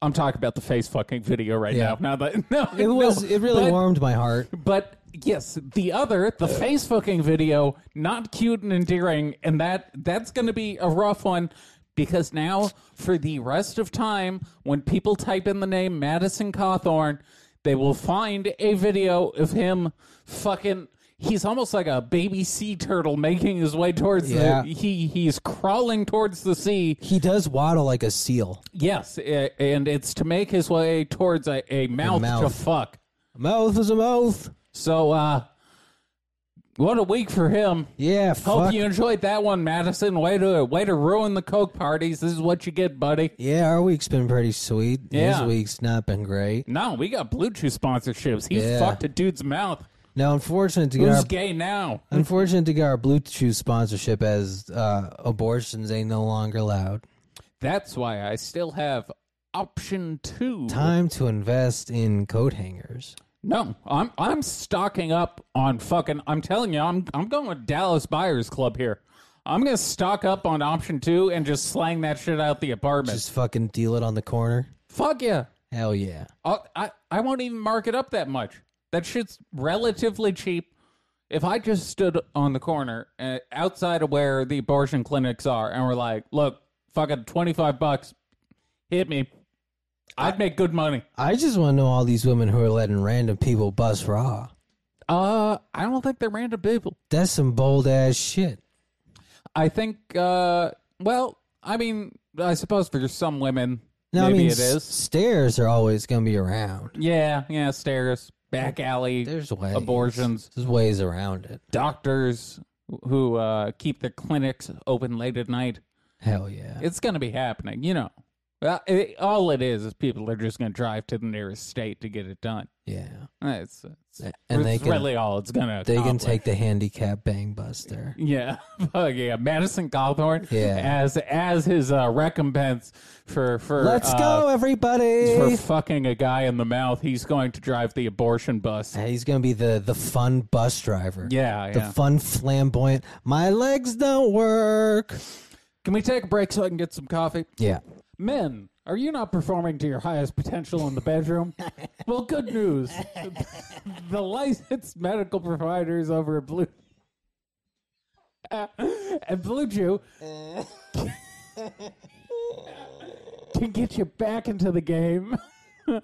Speaker 1: I'm talking about the face fucking video right
Speaker 2: Yeah.
Speaker 1: now. Now that no,
Speaker 2: it was, it really
Speaker 1: but,
Speaker 2: warmed my heart.
Speaker 1: But yes, the other, the face fucking video, not cute and endearing, and that that's going to be a rough one because now for the rest of time, when people type in the name Madison Cawthorn, they will find a video of him fucking. He's almost like a baby sea turtle making his way towards
Speaker 2: Yeah.
Speaker 1: the. He he's crawling towards the sea.
Speaker 2: He does waddle like a seal.
Speaker 1: Yes, a- and it's to make his way towards a, a mouth, to
Speaker 2: mouth.
Speaker 1: fuck.
Speaker 2: Mouth is a mouth.
Speaker 1: So, uh, what a week for him.
Speaker 2: Yeah,
Speaker 1: Hope
Speaker 2: fuck.
Speaker 1: you enjoyed that one, Madison. Way to way to ruin the coke parties. This is what you get, buddy.
Speaker 2: Yeah, our week's been pretty sweet.
Speaker 1: Yeah.
Speaker 2: His week's not been great.
Speaker 1: No, we got Blue Chew sponsorships. He
Speaker 2: Yeah.
Speaker 1: fucked a dude's mouth.
Speaker 2: Now, unfortunate to get
Speaker 1: Who's
Speaker 2: our
Speaker 1: gay now?
Speaker 2: unfortunate to get our Bluetooth sponsorship as uh, abortions ain't no longer allowed.
Speaker 1: That's why I still have option two.
Speaker 2: Time to invest in coat hangers.
Speaker 1: No, I'm I'm stocking up on fucking. I'm telling you, I'm I'm going with Dallas Buyers Club here. I'm gonna stock up on option two and just slang that shit out the apartment.
Speaker 2: Just fucking deal it on the corner.
Speaker 1: Fuck yeah.
Speaker 2: Hell yeah.
Speaker 1: I'll, I I won't even mark it up that much. That shit's relatively cheap. If I just stood on the corner uh, outside of where the abortion clinics are and were like, "Look, fucking twenty five bucks, hit me," I'd make good money.
Speaker 2: I just want to know all these women who are letting random people bust raw.
Speaker 1: Uh, I don't think they're random people.
Speaker 2: That's some bold ass shit.
Speaker 1: I think, uh, well, I mean, I suppose for some women,
Speaker 2: Now,
Speaker 1: maybe
Speaker 2: I mean,
Speaker 1: it
Speaker 2: s-
Speaker 1: is.
Speaker 2: stairs are always gonna be around.
Speaker 1: Yeah, yeah, stairs, back alley,
Speaker 2: There's ways.
Speaker 1: abortions.
Speaker 2: There's ways around it.
Speaker 1: doctors who uh, keep their clinics open late at night.
Speaker 2: Hell yeah.
Speaker 1: It's going to be happening, you know. Well, it, all it is is people are just going to drive to the nearest state to get it done.
Speaker 2: Yeah.
Speaker 1: That's it's,
Speaker 2: A- and they
Speaker 1: it's
Speaker 2: can-
Speaker 1: really all it's going to.
Speaker 2: They can take the handicap bang buster.
Speaker 1: Yeah, Fuck yeah, Madison Cawthorn.
Speaker 2: Yeah.
Speaker 1: as as his uh, recompense for for
Speaker 2: Let's
Speaker 1: uh,
Speaker 2: go, everybody.
Speaker 1: for fucking a guy in the mouth. He's going to drive the abortion bus.
Speaker 2: He's gonna be the the fun bus driver.
Speaker 1: Yeah,
Speaker 2: The
Speaker 1: yeah.
Speaker 2: fun flamboyant. My legs don't work.
Speaker 1: Can we take a break so I can get some coffee?
Speaker 2: Yeah.
Speaker 1: Men, are you not performing to your highest potential in the bedroom? well, good news. the licensed medical providers over at Blue at Blue Jew can get you back into the game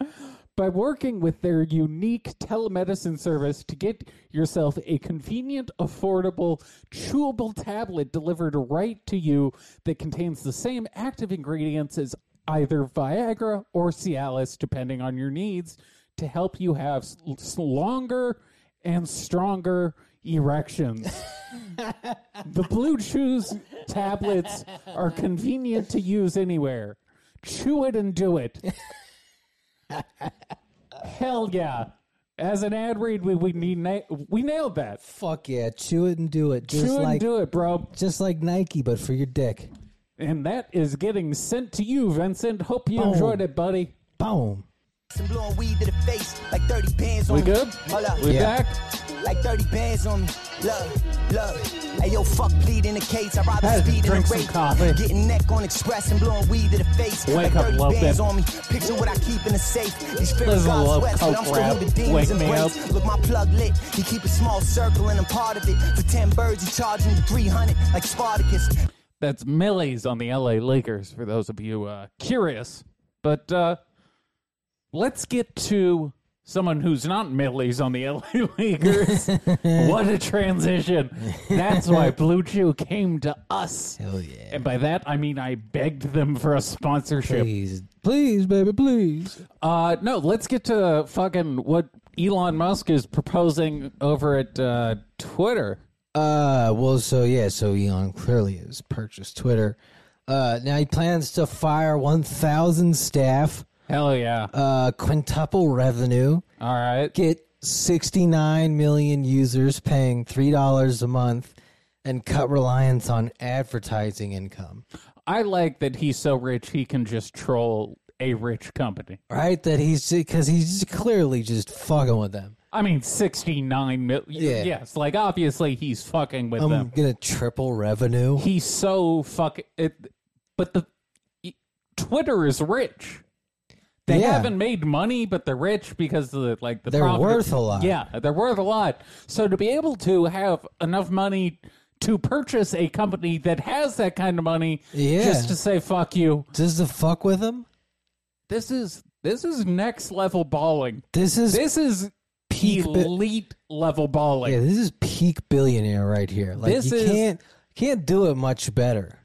Speaker 1: by working with their unique telemedicine service to get yourself a convenient, affordable, chewable tablet delivered right to you that contains the same active ingredients as either Viagra or Cialis, depending on your needs, to help you have s- s- longer and stronger erections. The Blue Chews tablets are convenient to use anywhere. Chew it and do it. Hell yeah. As an ad read, we we, need na- we nailed that.
Speaker 2: Fuck yeah. Chew it and do it. Just
Speaker 1: Chew it and
Speaker 2: like
Speaker 1: do it, bro.
Speaker 2: just like Nike, but for your dick.
Speaker 1: And that is getting sent to you, Vincent. Hope you
Speaker 2: Boom.
Speaker 1: enjoyed it, buddy.
Speaker 2: Boom.
Speaker 3: Some blowing weed to the face, like 30 bands on
Speaker 1: We
Speaker 3: me.
Speaker 1: good?
Speaker 3: Hold up.
Speaker 1: We
Speaker 2: Yeah.
Speaker 1: back?
Speaker 3: Like 30 bands on me. Look, look. Hey, yo, fuck bleed in the cage. I'd rather
Speaker 1: Hey,
Speaker 3: speed in
Speaker 1: drink
Speaker 3: the
Speaker 1: some
Speaker 3: race.
Speaker 1: coffee.
Speaker 3: Getting neck on express and blowing weed to the face.
Speaker 1: Wake
Speaker 3: like
Speaker 1: up,
Speaker 3: 30
Speaker 1: love
Speaker 3: bands
Speaker 1: that.
Speaker 3: on me. Picture what I keep in the safe. These
Speaker 1: Listen
Speaker 3: feelings
Speaker 1: to
Speaker 3: are
Speaker 1: Love
Speaker 3: sweats,
Speaker 1: Coke
Speaker 3: but I'm still
Speaker 1: rap.
Speaker 3: who the demons
Speaker 1: Wake me
Speaker 3: embrace. Look, my plug lit. He keep a small circle and I'm part of it. For 10 birds, he charging me 300 like Spartacus.
Speaker 1: That's Millie's on the LA Lakers for those of you uh, curious. But uh, let's get to someone who's not Millie's on the LA Lakers. what a transition. That's why Blue Chew came to us.
Speaker 2: Hell yeah.
Speaker 1: And by that, I mean I begged them for a sponsorship.
Speaker 2: Please. Please, baby, please.
Speaker 1: Uh, no, let's get to fucking what Elon Musk is proposing over at uh, Twitter.
Speaker 2: Uh, well, so yeah, so Elon clearly has purchased Twitter. Uh, now he plans to fire 1,000 staff,
Speaker 1: Hell yeah.
Speaker 2: uh, quintuple revenue,
Speaker 1: All right.
Speaker 2: get 69 million users paying $3 a month, and cut reliance on advertising income.
Speaker 1: I like that he's so rich he can just troll a rich company.
Speaker 2: Right? That he's because he's clearly just fucking with them.
Speaker 1: I mean, sixty nine million.
Speaker 2: Yeah. Um,
Speaker 1: Yes, like obviously he's fucking with
Speaker 2: I'm
Speaker 1: them.
Speaker 2: gonna triple revenue.
Speaker 1: He's so fucking. It, but the e- Twitter is rich. They
Speaker 2: Yeah.
Speaker 1: haven't made money, but they're rich because of the, like the
Speaker 2: They're
Speaker 1: profit-
Speaker 2: worth a lot.
Speaker 1: Yeah, they're worth a lot. So to be able to have enough money to purchase a company that has that kind of money,
Speaker 2: Yeah.
Speaker 1: just to say fuck you,
Speaker 2: Does the fuck with him?
Speaker 1: this is this is next level balling.
Speaker 2: This is
Speaker 1: This is
Speaker 2: peak bi-
Speaker 1: elite level balling.
Speaker 2: yeah, this is peak billionaire right here. Like
Speaker 1: This
Speaker 2: you
Speaker 1: is-
Speaker 2: can't can't do it much better.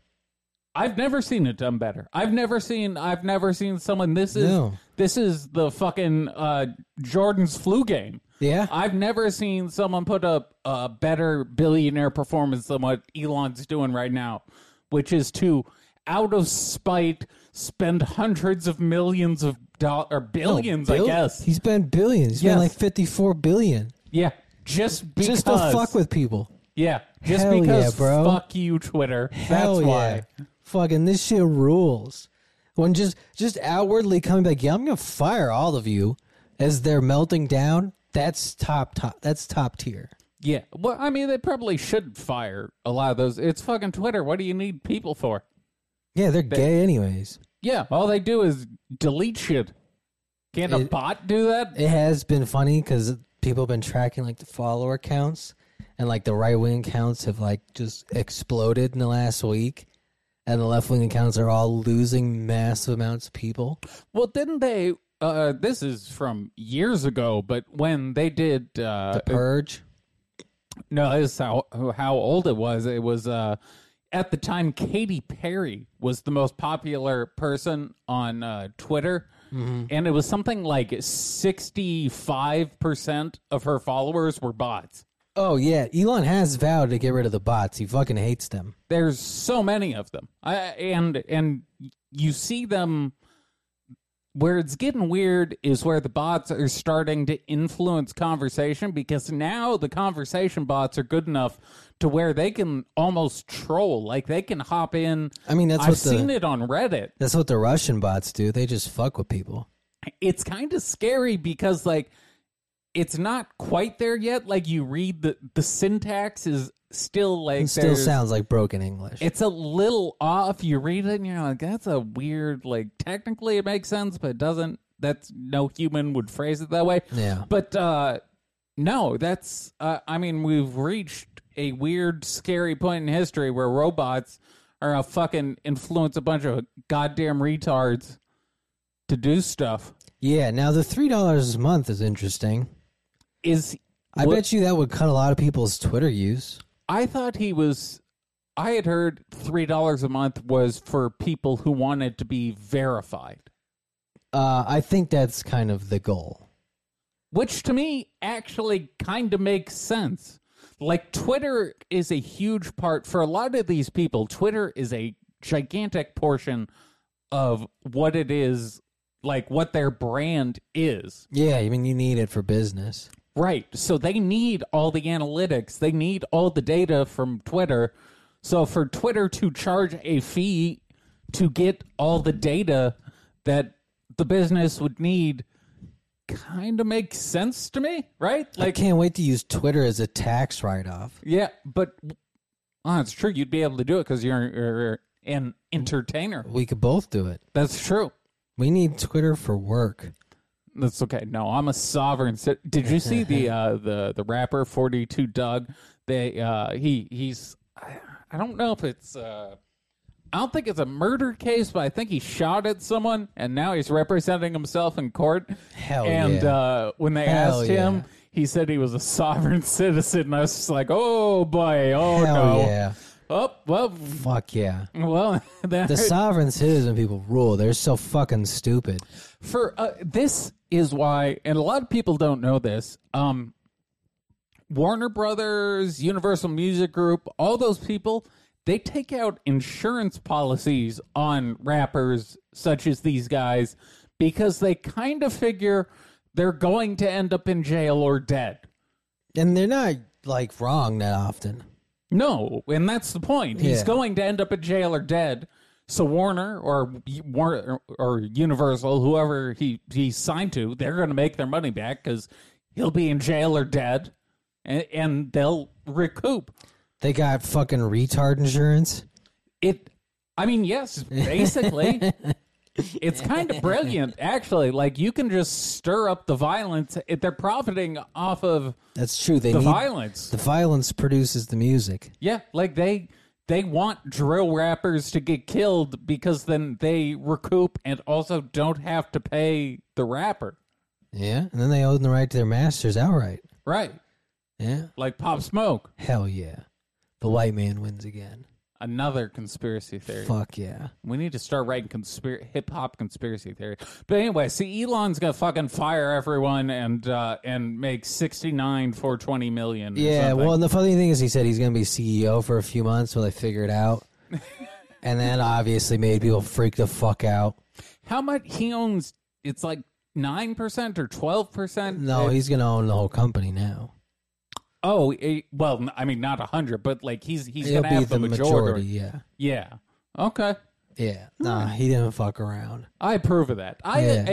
Speaker 1: I've never seen it done better. I've never seen. I've never seen someone. This is
Speaker 2: No.
Speaker 1: this is the fucking uh, Jordan's flu game.
Speaker 2: Yeah.
Speaker 1: I've never seen someone put up a better billionaire performance than what Elon's doing right now, which is to, out of spite, spend hundreds of millions of dollars or billions,
Speaker 2: Bill-
Speaker 1: I guess.
Speaker 2: He spent billions. He spent
Speaker 1: Yes.
Speaker 2: like fifty four billion.
Speaker 1: yeah, just because.
Speaker 2: Just to fuck with people.
Speaker 1: Yeah, just
Speaker 2: Hell
Speaker 1: because.
Speaker 2: yeah, bro.
Speaker 1: Fuck you, Twitter.
Speaker 2: Hell
Speaker 1: That's
Speaker 2: yeah.
Speaker 1: why.
Speaker 2: Fucking this shit rules. When just just outwardly coming back, yeah, I'm gonna fire all of you as they're melting down. That's top top that's top tier.
Speaker 1: Yeah. Well, I mean, they probably should fire a lot of those. It's fucking Twitter. What do you need people for?
Speaker 2: Yeah, they're gay anyways.
Speaker 1: Yeah. All they do is delete shit. Can't a
Speaker 2: It-
Speaker 1: bot do that?
Speaker 2: It has been funny because people have been tracking like the follower counts, and like the right wing counts have like just exploded in the last week, and the left wing accounts are all losing massive amounts of people.
Speaker 1: Well, didn't they? Uh, this is from years ago, but when they did, uh,
Speaker 2: The purge.
Speaker 1: no, this is how how old it was. It was uh, at the time Katy Perry was the most popular person on uh, Twitter,
Speaker 2: Mm-hmm.
Speaker 1: and it was something like sixty five percent of her followers were bots.
Speaker 2: Oh yeah, Elon has vowed to get rid of the bots. He fucking hates them.
Speaker 1: there's so many of them I, and and you see them where it's getting weird is where the bots are starting to influence conversation because now the conversation bots are good enough to where they can almost troll like they can hop in
Speaker 2: I mean, that's
Speaker 1: i've
Speaker 2: what the-
Speaker 1: seen it on reddit
Speaker 2: That's what the Russian bots do. They just fuck with people.
Speaker 1: it's kind of scary because like it's not quite there yet like you read the the syntax is still like
Speaker 2: It still
Speaker 1: there's-
Speaker 2: sounds like broken English.
Speaker 1: it's a little off you read it and you're like that's a weird like technically it makes sense but it doesn't that's no human would phrase it that way
Speaker 2: Yeah.
Speaker 1: but uh no that's uh, i mean we've reached a weird scary point in history where robots are gonna fucking influence a bunch of goddamn retards to do stuff
Speaker 2: yeah. Now the three dollars a month is interesting.
Speaker 1: is
Speaker 2: I
Speaker 1: what-
Speaker 2: bet you that would cut a lot of people's Twitter use.
Speaker 1: I thought he was. I had heard three dollars a month was for people who wanted to be verified,
Speaker 2: Uh, I think that's kind of the goal.
Speaker 1: which to me actually kind of makes sense. Like Twitter is a huge part for a lot of these people. Twitter is a gigantic portion of what it is, like what their brand is.
Speaker 2: Yeah, I mean you need it for business.
Speaker 1: Right. So they need all the analytics, they need all the data from Twitter. So for Twitter to charge a fee to get all the data that the business would need kind of makes sense to me, right?
Speaker 2: I
Speaker 1: Like
Speaker 2: can't wait to use Twitter as a tax write off.
Speaker 1: yeah, but oh, it's true you'd be able to do it cuz you're, you're an entertainer.
Speaker 2: We could both do it.
Speaker 1: That's true.
Speaker 2: We need Twitter for work.
Speaker 1: That's okay. No, I'm a sovereign. Ci- Did you see the uh, the the rapper Forty Two Doug? They uh, he he's I I don't know if it's uh, I don't think it's a murder case, but I think he shot at someone, and now he's representing himself in court.
Speaker 2: Hell
Speaker 1: and,
Speaker 2: yeah.
Speaker 1: uh, when they
Speaker 2: Hell
Speaker 1: asked
Speaker 2: yeah.
Speaker 1: him, he said he was a sovereign citizen. And I was just like, oh boy, oh
Speaker 2: Hell
Speaker 1: no,
Speaker 2: yeah.
Speaker 1: oh well,
Speaker 2: Fuck yeah.
Speaker 1: well. That,
Speaker 2: The sovereign citizen people rule. They're so fucking stupid.
Speaker 1: for uh, this is why and a lot of people don't know this um warner brothers universal music group all those people they take out insurance policies on rappers such as these guys because they kind of figure they're going to end up in jail or dead
Speaker 2: And they're not like wrong that often.
Speaker 1: no, and that's the point. He's
Speaker 2: Yeah.
Speaker 1: going to end up in jail or dead. So Warner or Warner or Universal, whoever he he's signed to, they're going to make their money back because he'll be in jail or dead, and, and they'll recoup
Speaker 2: They got fucking retard insurance.
Speaker 1: it. I mean, yes, basically, it's kind of brilliant. Actually, like you can just stir up the violence. If they're profiting off of
Speaker 2: That's true. They
Speaker 1: the
Speaker 2: need
Speaker 1: violence.
Speaker 2: the violence produces the music.
Speaker 1: Yeah, like they they want drill rappers to get killed because then they recoup and also don't have to pay the rapper.
Speaker 2: Yeah, and then they own the right to their masters outright.
Speaker 1: Right.
Speaker 2: Yeah,
Speaker 1: Like Pop Smoke,
Speaker 2: hell yeah. The white man wins again.
Speaker 1: another conspiracy theory.
Speaker 2: Fuck yeah.
Speaker 1: We need to start writing conspir- hip hop conspiracy theory. But anyway, see Elon's going to fucking fire everyone and uh and make 69 420 million. or
Speaker 2: Yeah.
Speaker 1: something.
Speaker 2: Well, and the funny thing is, he said he's going to be CEO for a few months while they figure it out, and then obviously made people freak the fuck out.
Speaker 1: how much he owns it's like 9% or 12%?
Speaker 2: No, he's going to own the whole company now.
Speaker 1: Oh, eh, well, n- I mean, not a hundred, but like he's he's
Speaker 2: He'll
Speaker 1: gonna
Speaker 2: be
Speaker 1: have
Speaker 2: the
Speaker 1: the, majority.
Speaker 2: majority. Yeah.
Speaker 1: Yeah. Okay.
Speaker 2: Yeah. Nah, he didn't fuck around.
Speaker 1: I approve of that. I,
Speaker 2: Yeah.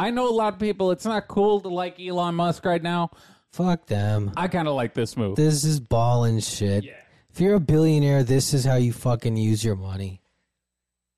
Speaker 1: I I know a lot of people. It's not cool to like Elon Musk right now.
Speaker 2: Fuck them.
Speaker 1: I kind of like this move.
Speaker 2: This is balling shit. If you're a billionaire, this is how you fucking use your money.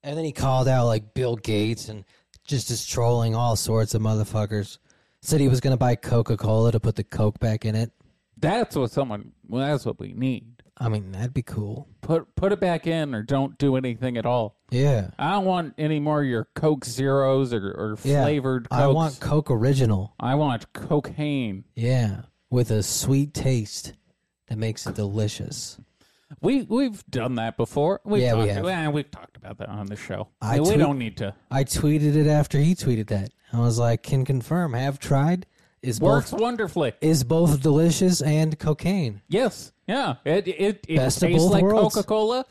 Speaker 2: And then he called out like Bill Gates and just is trolling all sorts of motherfuckers. Said he was going to buy Coca Cola to put the Coke back in it.
Speaker 1: That's what someone. Well, that's what we need.
Speaker 2: I mean, that'd be cool.
Speaker 1: Put put it back in, or don't do anything at all.
Speaker 2: Yeah.
Speaker 1: I don't want any more of your Coke Zeros or, or
Speaker 2: Yeah.
Speaker 1: flavored. Cokes.
Speaker 2: I want Coke Original.
Speaker 1: I want cocaine.
Speaker 2: Yeah. With a sweet taste that makes it delicious.
Speaker 1: We we've done that before. We've
Speaker 2: Yeah, we
Speaker 1: talked,
Speaker 2: have.
Speaker 1: eh, we've talked about that on the show.
Speaker 2: I
Speaker 1: we
Speaker 2: tweet-
Speaker 1: don't need to.
Speaker 2: I tweeted it after he tweeted that. I was like, can confirm, have tried. Is
Speaker 1: Works
Speaker 2: both
Speaker 1: wonderfully.
Speaker 2: is both delicious and cocaine.
Speaker 1: Yes. Yeah. It it, it
Speaker 2: Best of
Speaker 1: tastes
Speaker 2: both
Speaker 1: like
Speaker 2: worlds.
Speaker 1: Coca Cola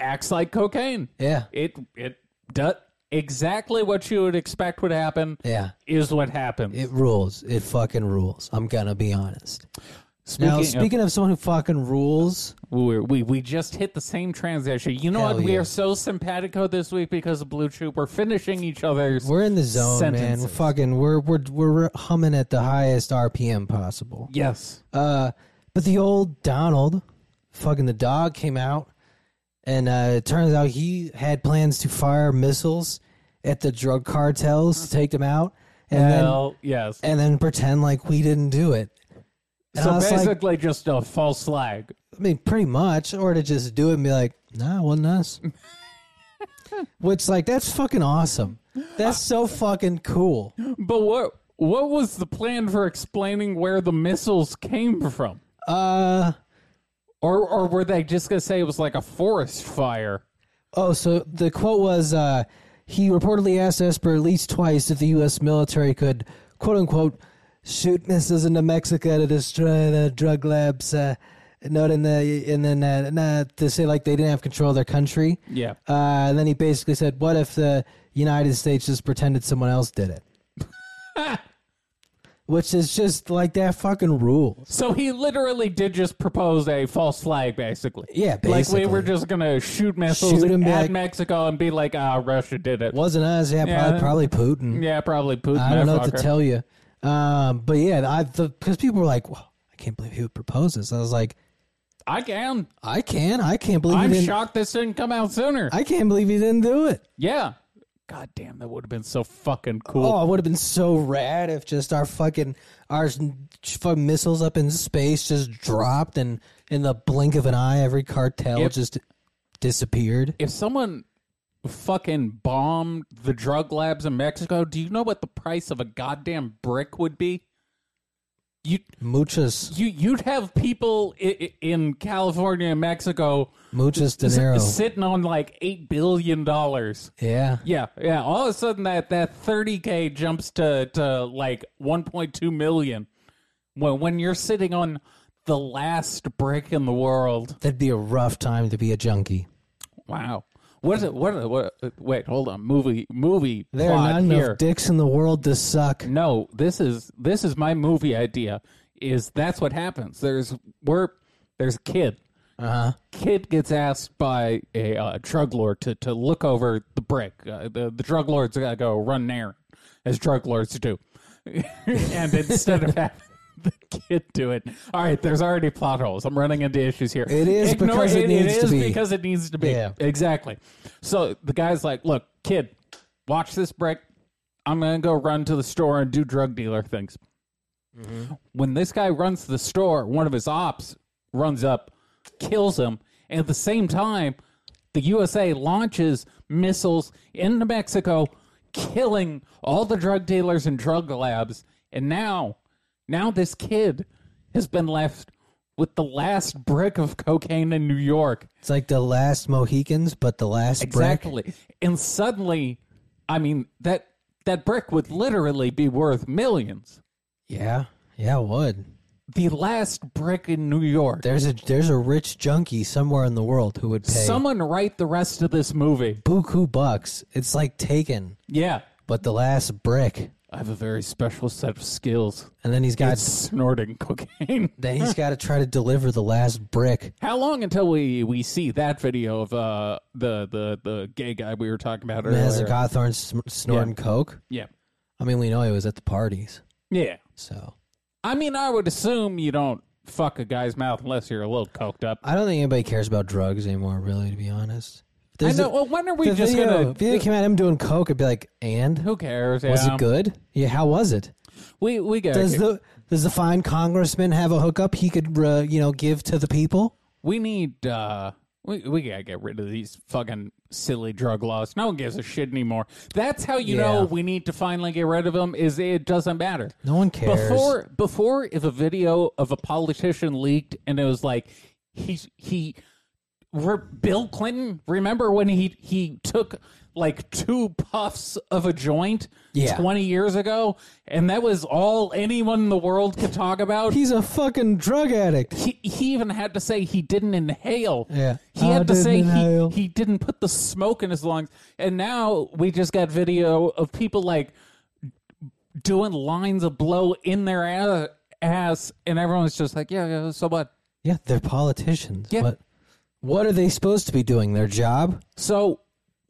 Speaker 1: acts like cocaine.
Speaker 2: Yeah.
Speaker 1: It it does exactly what you would expect would happen
Speaker 2: Yeah.
Speaker 1: is what happened.
Speaker 2: It rules. It fucking rules. I'm gonna be honest.
Speaker 1: speaking
Speaker 2: now,
Speaker 1: of-
Speaker 2: speaking of, someone who fucking rules,
Speaker 1: we we we just hit the same transition. You know
Speaker 2: Hell
Speaker 1: what? We
Speaker 2: yeah.
Speaker 1: are so simpatico this week because of Blue Troop. We're finishing each other's.
Speaker 2: we're in the zone, man. We're
Speaker 1: Sentences.
Speaker 2: fucking, we're we're we're humming at the highest RPM possible.
Speaker 1: yes.
Speaker 2: Uh, but the old Donald, fucking the dog, came out, and uh, it turns out he had plans to fire missiles at the drug cartels to take them out, and
Speaker 1: Well, yes.
Speaker 2: then and then pretend like we didn't do it. And I
Speaker 1: so
Speaker 2: was like,
Speaker 1: basically, just a false flag.
Speaker 2: I mean, pretty much, or to just do it and be like, nah, it wasn't us. Which, like, that's fucking awesome. That's so fucking cool.
Speaker 1: But what what was the plan for explaining where the missiles came from?
Speaker 2: Uh,
Speaker 1: Or or were they just gonna say it was like a forest fire?
Speaker 2: oh, so the quote was, uh, he reportedly asked Esper at least twice if the U.S. military could, quote unquote, shoot missiles into Mexico to destroy the drug labs. Uh, note in the, and then, uh, not to say like they didn't have control of their country.
Speaker 1: Yeah.
Speaker 2: Uh, and then he basically said, "What if the United States just pretended someone else did it?" Which is just like that fucking rules.
Speaker 1: So he literally did just propose a false flag, basically.
Speaker 2: Yeah,
Speaker 1: Like we
Speaker 2: basically.
Speaker 1: were just gonna shoot missiles
Speaker 2: Shoot 'em
Speaker 1: at
Speaker 2: back.
Speaker 1: Mexico and be like, ah, Russia did it.
Speaker 2: Wasn't us? Yeah,
Speaker 1: Yeah.
Speaker 2: probably, probably Putin.
Speaker 1: Yeah, probably Putin.
Speaker 2: I don't know what to
Speaker 1: motherfucker.
Speaker 2: tell you. Um, but yeah, I because people were like, "Well, I can't believe he would propose this." I was like,
Speaker 1: I can.
Speaker 2: "I can. I can't believe
Speaker 1: I'm
Speaker 2: he didn't.
Speaker 1: shocked this didn't come out sooner.
Speaker 2: I can't believe he didn't do it."
Speaker 1: yeah. God damn, that would have been so fucking cool.
Speaker 2: Oh, it would have been so rad if just our fucking our s- fucking missiles up in space just dropped and in the blink of an eye, every cartel
Speaker 1: Yep.
Speaker 2: just disappeared.
Speaker 1: If someone fucking bombed the drug labs in Mexico, do you know what the price of a goddamn brick would be? You
Speaker 2: Muchas,
Speaker 1: you you'd have people i- i- in California and Mexico
Speaker 2: muchas
Speaker 1: s-
Speaker 2: dinero.
Speaker 1: sitting on like eight billion dollars.
Speaker 2: Yeah,
Speaker 1: Yeah, yeah. All of a sudden, that that thirty k jumps to to like one point two million. When when you're sitting on the last brick in the world,
Speaker 2: that'd be a rough time to be a junkie.
Speaker 1: wow. What is it? What? Is it, what uh, wait, hold on. Movie, movie.
Speaker 2: There
Speaker 1: plot
Speaker 2: are not
Speaker 1: here.
Speaker 2: enough dicks in the world to suck.
Speaker 1: No, this is this is my movie idea. Is that's what happens? There's we're there's a kid. Uh-huh. Kid gets asked by a uh, drug lord to, to look over the brick. Uh, the the drug lord's got to go run an errand, as drug lords do. and instead of having the kid do it, all right. There's already plot holes. I'm running into issues here.
Speaker 2: It is because it needs to
Speaker 1: is
Speaker 2: be.
Speaker 1: because it needs to be.
Speaker 2: Yeah.
Speaker 1: Exactly. So the guy's like, "Look, kid, watch this brick. I'm going to go run to the store and do drug dealer things. When this guy runs to the store, one of his ops runs up, kills him, and at the same time, the USA launches missiles into Mexico, killing all the drug dealers and drug labs. And now, now this kid has been left with the last brick of cocaine in New York.
Speaker 2: It's like the last Mohicans, but the last brick.
Speaker 1: Exactly. And suddenly, I mean that that brick would literally be worth millions.
Speaker 2: Yeah, yeah, it would.
Speaker 1: The last brick in New York.
Speaker 2: There's a there's a rich junkie somewhere in the world who would pay
Speaker 1: Someone write the rest of this movie.
Speaker 2: buku bucks. It's like taken,
Speaker 1: Yeah.
Speaker 2: but the last brick.
Speaker 1: I have a very special set of skills.
Speaker 2: And then he's got
Speaker 1: It's snorting cocaine.
Speaker 2: then he's got to try to deliver the last brick.
Speaker 1: How long until we, we see that video of uh the, the, the gay guy we were talking about earlier?
Speaker 2: As a Gothorn sm- snorting coke.
Speaker 1: yeah.
Speaker 2: I mean, we know he was at the parties,
Speaker 1: Yeah.
Speaker 2: so
Speaker 1: I mean, I would assume you don't fuck a guy's mouth unless you're a little coked up.
Speaker 2: I don't think anybody cares about drugs anymore. Really, to be honest.
Speaker 1: I
Speaker 2: There's
Speaker 1: know.
Speaker 2: a-
Speaker 1: well, when are we
Speaker 2: the
Speaker 1: just
Speaker 2: video,
Speaker 1: gonna?
Speaker 2: If it came out him doing coke, I'd be like, and
Speaker 1: Who cares?
Speaker 2: was
Speaker 1: yeah.
Speaker 2: it good? Yeah, how was it?
Speaker 1: We we get
Speaker 2: Does
Speaker 1: okay.
Speaker 2: the does the fine congressman have a hookup he could uh, you know give to the people?
Speaker 1: we need uh we we gotta get rid of these fucking silly drug laws. No one gives a shit anymore. That's how you know
Speaker 2: Yeah.
Speaker 1: we need to finally get rid of them. Is it doesn't matter.
Speaker 2: No one cares.
Speaker 1: Before before if a video of a politician leaked and it was like he he Re- Bill Clinton, remember when he he took like two puffs of a joint
Speaker 2: Yeah.
Speaker 1: 20 years ago and that was all anyone in the world could talk about?
Speaker 2: He's a fucking drug addict.
Speaker 1: he, he even had to say he didn't inhale.
Speaker 2: Yeah.
Speaker 1: He
Speaker 2: I
Speaker 1: had to
Speaker 2: didn't
Speaker 1: say
Speaker 2: inhale.
Speaker 1: he, he didn't put the smoke in his lungs. And now we just got video of people like doing lines of blow in their a- ass, and everyone's just like, yeah, yeah, so what?
Speaker 2: Yeah, they're politicians.
Speaker 1: Yeah.
Speaker 2: What, what are they supposed to be doing? Their job?
Speaker 1: So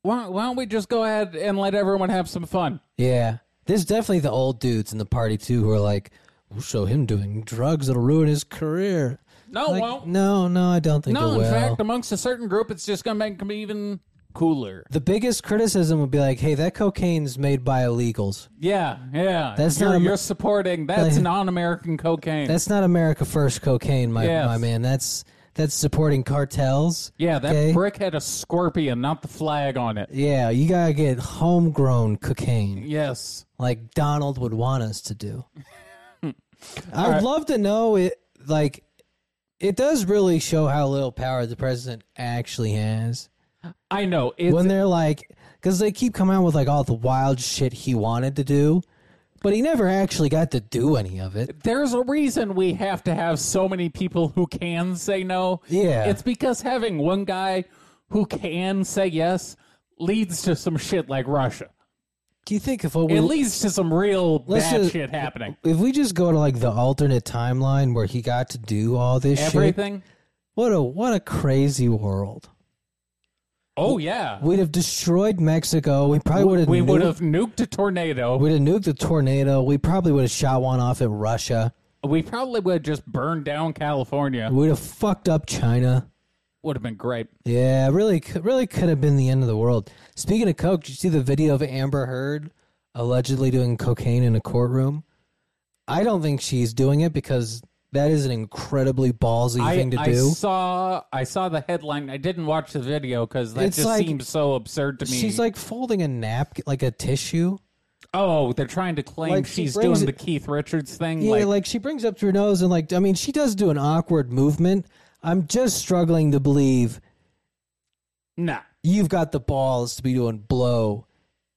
Speaker 1: why, why don't we just go ahead and let everyone have some fun?
Speaker 2: Yeah. There's definitely the old dudes in the party, too, who are like, we'll show him doing drugs. It'll ruin his career.
Speaker 1: No, it
Speaker 2: Like,
Speaker 1: won't.
Speaker 2: No, no, I don't think
Speaker 1: No,
Speaker 2: it
Speaker 1: in
Speaker 2: will.
Speaker 1: fact, amongst a certain group, it's just going to make them even cooler.
Speaker 2: the biggest criticism would be like, hey, that cocaine's made by illegals.
Speaker 1: Yeah, yeah.
Speaker 2: That's
Speaker 1: you're,
Speaker 2: not a-
Speaker 1: you're supporting. That's non-American cocaine.
Speaker 2: That's not America First cocaine, my,
Speaker 1: Yes.
Speaker 2: my man. That's that's supporting cartels.
Speaker 1: Yeah, that
Speaker 2: okay?
Speaker 1: brick had a scorpion, not the flag on it.
Speaker 2: Yeah, you gotta get homegrown cocaine.
Speaker 1: Yes.
Speaker 2: like Donald would want us to do. I'd love to know it. Like, it does really show how little power the president actually has
Speaker 1: I know. It's,
Speaker 2: when they're like, because they keep coming out with like all the wild shit he wanted to do, but he never actually got to do any of it.
Speaker 1: there's a reason we have to have so many people who can say no.
Speaker 2: Yeah.
Speaker 1: It's because having one guy who can say yes leads to some shit like Russia.
Speaker 2: Do you think if we
Speaker 1: It leads to some real
Speaker 2: Let's
Speaker 1: bad
Speaker 2: just-
Speaker 1: shit happening.
Speaker 2: if we just go to like the alternate timeline where he got to do all this shit?
Speaker 1: Everything.
Speaker 2: What a what a crazy world.
Speaker 1: Oh, yeah.
Speaker 2: We'd have destroyed Mexico. We probably would have.
Speaker 1: We would have nuked a tornado.
Speaker 2: We'd have nuked a tornado. We probably would have shot one off at Russia.
Speaker 1: We probably would have just burned down California.
Speaker 2: We'd have fucked up China.
Speaker 1: Would have been great.
Speaker 2: Yeah, really, c- really could have been the end of the world. Speaking of coke, did you see the video of Amber Heard allegedly doing cocaine in a courtroom? I don't think she's doing it because that is an incredibly ballsy thing to
Speaker 1: I
Speaker 2: do.
Speaker 1: saw I saw the headline. I didn't watch the video because that
Speaker 2: It's
Speaker 1: just
Speaker 2: like-
Speaker 1: seems so absurd to me.
Speaker 2: She's like folding a napkin, like a tissue.
Speaker 1: oh, they're trying to claim
Speaker 2: Like, she
Speaker 1: she's
Speaker 2: brings
Speaker 1: doing
Speaker 2: it-
Speaker 1: the Keith Richards thing.
Speaker 2: Yeah,
Speaker 1: like,
Speaker 2: like, she brings up to her nose and like I mean she does do an awkward movement. I'm just struggling to believe
Speaker 1: nah,
Speaker 2: you've got the balls to be doing blow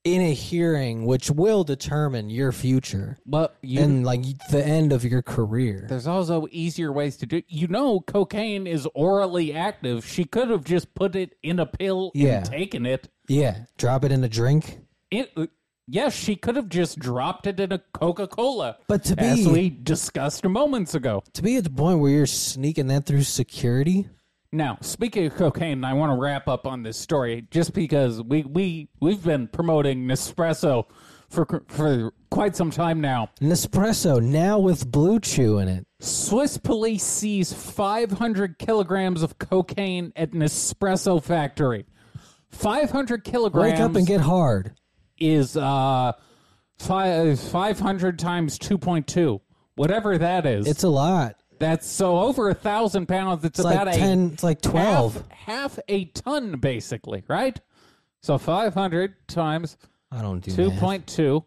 Speaker 2: in a hearing which will determine your future
Speaker 1: but you.
Speaker 2: and like the end of your career.
Speaker 1: there's also easier ways to do. You know, cocaine is orally active. She could have just put it in a pill
Speaker 2: Yeah.
Speaker 1: and taken it.
Speaker 2: Yeah, drop it in a drink.
Speaker 1: It. uh, Yes, she could have just dropped it in a Coca Cola.
Speaker 2: But to
Speaker 1: as
Speaker 2: be-
Speaker 1: we discussed moments ago.
Speaker 2: To be at the point where you're sneaking that through security,
Speaker 1: Now, speaking of cocaine, I want to wrap up on this story just because we we we've been promoting Nespresso for for quite some time now.
Speaker 2: Nespresso now with blue chew in it.
Speaker 1: Swiss police seize 500 kilograms of cocaine at Nespresso factory. 500 kilograms
Speaker 2: Wake up and get hard.
Speaker 1: is uh five 500 times 2.2, whatever that is.
Speaker 2: It's a lot.
Speaker 1: That's so over a thousand pounds. It's,
Speaker 2: It's
Speaker 1: about
Speaker 2: like
Speaker 1: a
Speaker 2: ten. It's like twelve.
Speaker 1: half, half a ton basically, right? So 500 times
Speaker 2: I don't do math.
Speaker 1: 2.2,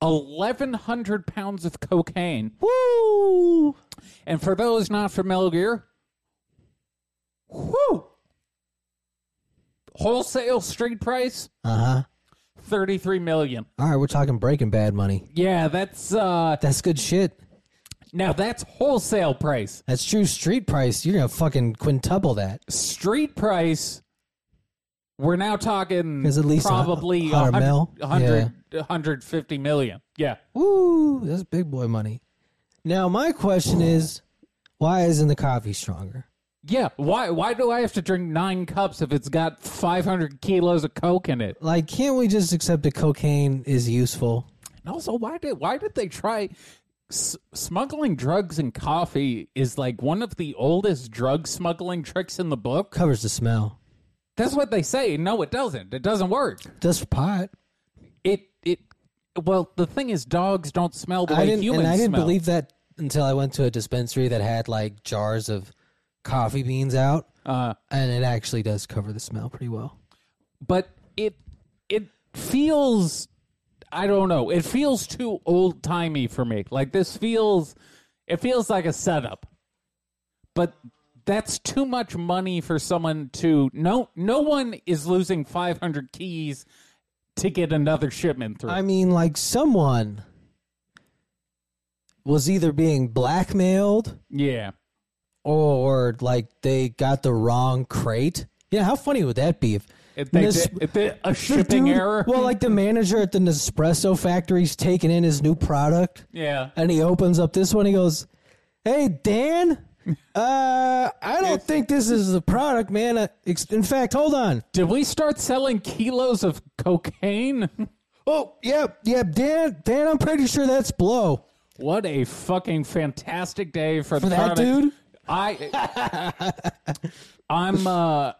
Speaker 1: 1,100 pounds of cocaine.
Speaker 2: Woo!
Speaker 1: And for those not familiar, whoo, wholesale street price,
Speaker 2: Uh huh.
Speaker 1: 33 million.
Speaker 2: All right, we're talking Breaking Bad money.
Speaker 1: Yeah, that's, uh,
Speaker 2: That's good shit.
Speaker 1: now that's wholesale price.
Speaker 2: That's true street price. You're gonna fucking quintuple that.
Speaker 1: street price we're now talking
Speaker 2: Is at least a hu-
Speaker 1: probably
Speaker 2: 100
Speaker 1: 100,
Speaker 2: mil?
Speaker 1: 100 150 million yeah
Speaker 2: Woo! That's big boy money. Now my question is, why isn't the coffee stronger?
Speaker 1: yeah why why do i have to drink nine cups if it's got 500 kilos of coke in it
Speaker 2: Like, can't we just accept that cocaine is useful?
Speaker 1: and also why did why did they try s- smuggling drugs and coffee is like one of the oldest drug smuggling tricks in the book
Speaker 2: Covers the smell.
Speaker 1: that's what they say no it doesn't it doesn't work
Speaker 2: Does for pot.
Speaker 1: it it well the thing is dogs don't smell the
Speaker 2: I
Speaker 1: way
Speaker 2: didn't,
Speaker 1: humans
Speaker 2: and I didn't
Speaker 1: smell.
Speaker 2: believe that until I went to a dispensary that had like jars of coffee beans out,
Speaker 1: uh
Speaker 2: and it actually does cover the smell pretty well.
Speaker 1: but it it feels I don't know. It feels too old timey for me. Like this feels it feels like a setup. But that's too much money for someone to no no one is losing 500 keys to get another shipment through
Speaker 2: I mean, like someone was either being blackmailed
Speaker 1: yeah
Speaker 2: or like they got the wrong crate. Yeah, how funny would that be if
Speaker 1: if they
Speaker 2: Nes-
Speaker 1: did, if they, a
Speaker 2: the
Speaker 1: shipping
Speaker 2: dude-
Speaker 1: error
Speaker 2: Well, like the manager at the Nespresso factory's taking in his new product,
Speaker 1: yeah
Speaker 2: and he opens up this one. He goes, "Hey, Dan." Uh, I don't think this is the product, man. Uh, ex- In fact, hold on.
Speaker 1: did we start selling kilos of cocaine
Speaker 2: Oh, yep, yep, Dan, Dan. I'm pretty sure that's blow.
Speaker 1: What a fucking fantastic day for, the
Speaker 2: For that
Speaker 1: product.
Speaker 2: dude?
Speaker 1: I I'm uh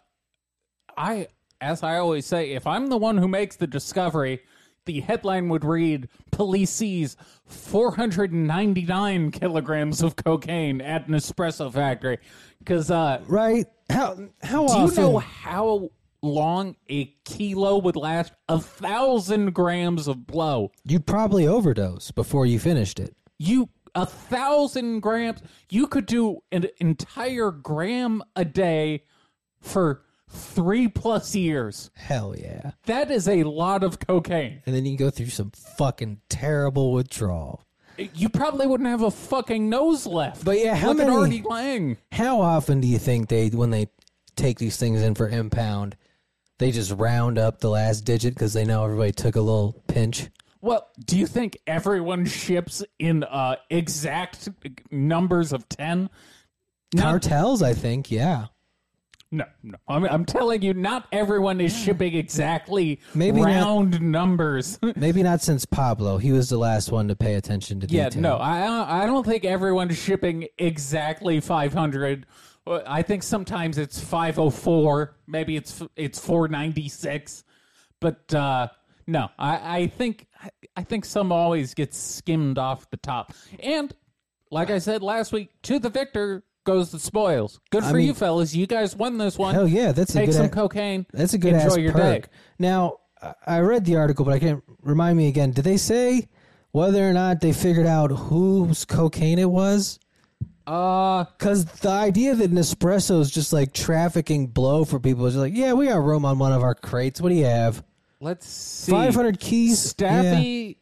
Speaker 1: I as I always say, if I'm the one who makes the discovery, the headline would read Police seize 499 kilograms of cocaine at an espresso factory. Because uh,
Speaker 2: Right? How? How
Speaker 1: do you
Speaker 2: often?
Speaker 1: know how long a kilo would last? A thousand grams of blow.
Speaker 2: You'd probably overdose before you finished it.
Speaker 1: you a thousand grams you could do an entire gram a day for three plus years
Speaker 2: Hell yeah.
Speaker 1: that is a lot of cocaine
Speaker 2: And then you can go through some fucking terrible withdrawal.
Speaker 1: you probably wouldn't have a fucking nose left
Speaker 2: But yeah, how
Speaker 1: Look at
Speaker 2: many-
Speaker 1: Artie Lang.
Speaker 2: How often do you think they, when they take these things in for impound, they just round up the last digit because they know everybody took a little pinch?
Speaker 1: well do you think everyone ships in uh exact numbers of 10
Speaker 2: Cartels, I think, yeah.
Speaker 1: no no I'm, I'm telling you not everyone is shipping exactly
Speaker 2: Maybe not-
Speaker 1: round numbers
Speaker 2: Maybe not since Pablo. He was the last one to pay attention to
Speaker 1: Yeah,
Speaker 2: detail.
Speaker 1: no, I I don't think everyone's shipping exactly 500. Uh, I think sometimes it's 504, maybe it's it's 496, but uh, no, I, I think I think some always gets skimmed off the top. And like I said last week, to the victor goes the spoils. Good for you, fellas. You guys won this one.
Speaker 2: Hell yeah, that's a
Speaker 1: Take
Speaker 2: good
Speaker 1: some
Speaker 2: a-
Speaker 1: cocaine.
Speaker 2: That's a good
Speaker 1: Enjoy
Speaker 2: ass
Speaker 1: your
Speaker 2: perk.
Speaker 1: day.
Speaker 2: Now, I- I read the article, but I can't remind me again. Did they say whether or not they figured out whose cocaine it was?
Speaker 1: Uh,
Speaker 2: Because the idea that Nespresso is just like trafficking blow for people is just like, yeah, we got room on one of our crates. What do you have?
Speaker 1: let's see.
Speaker 2: 500 keys? Yeah.
Speaker 1: Staffy,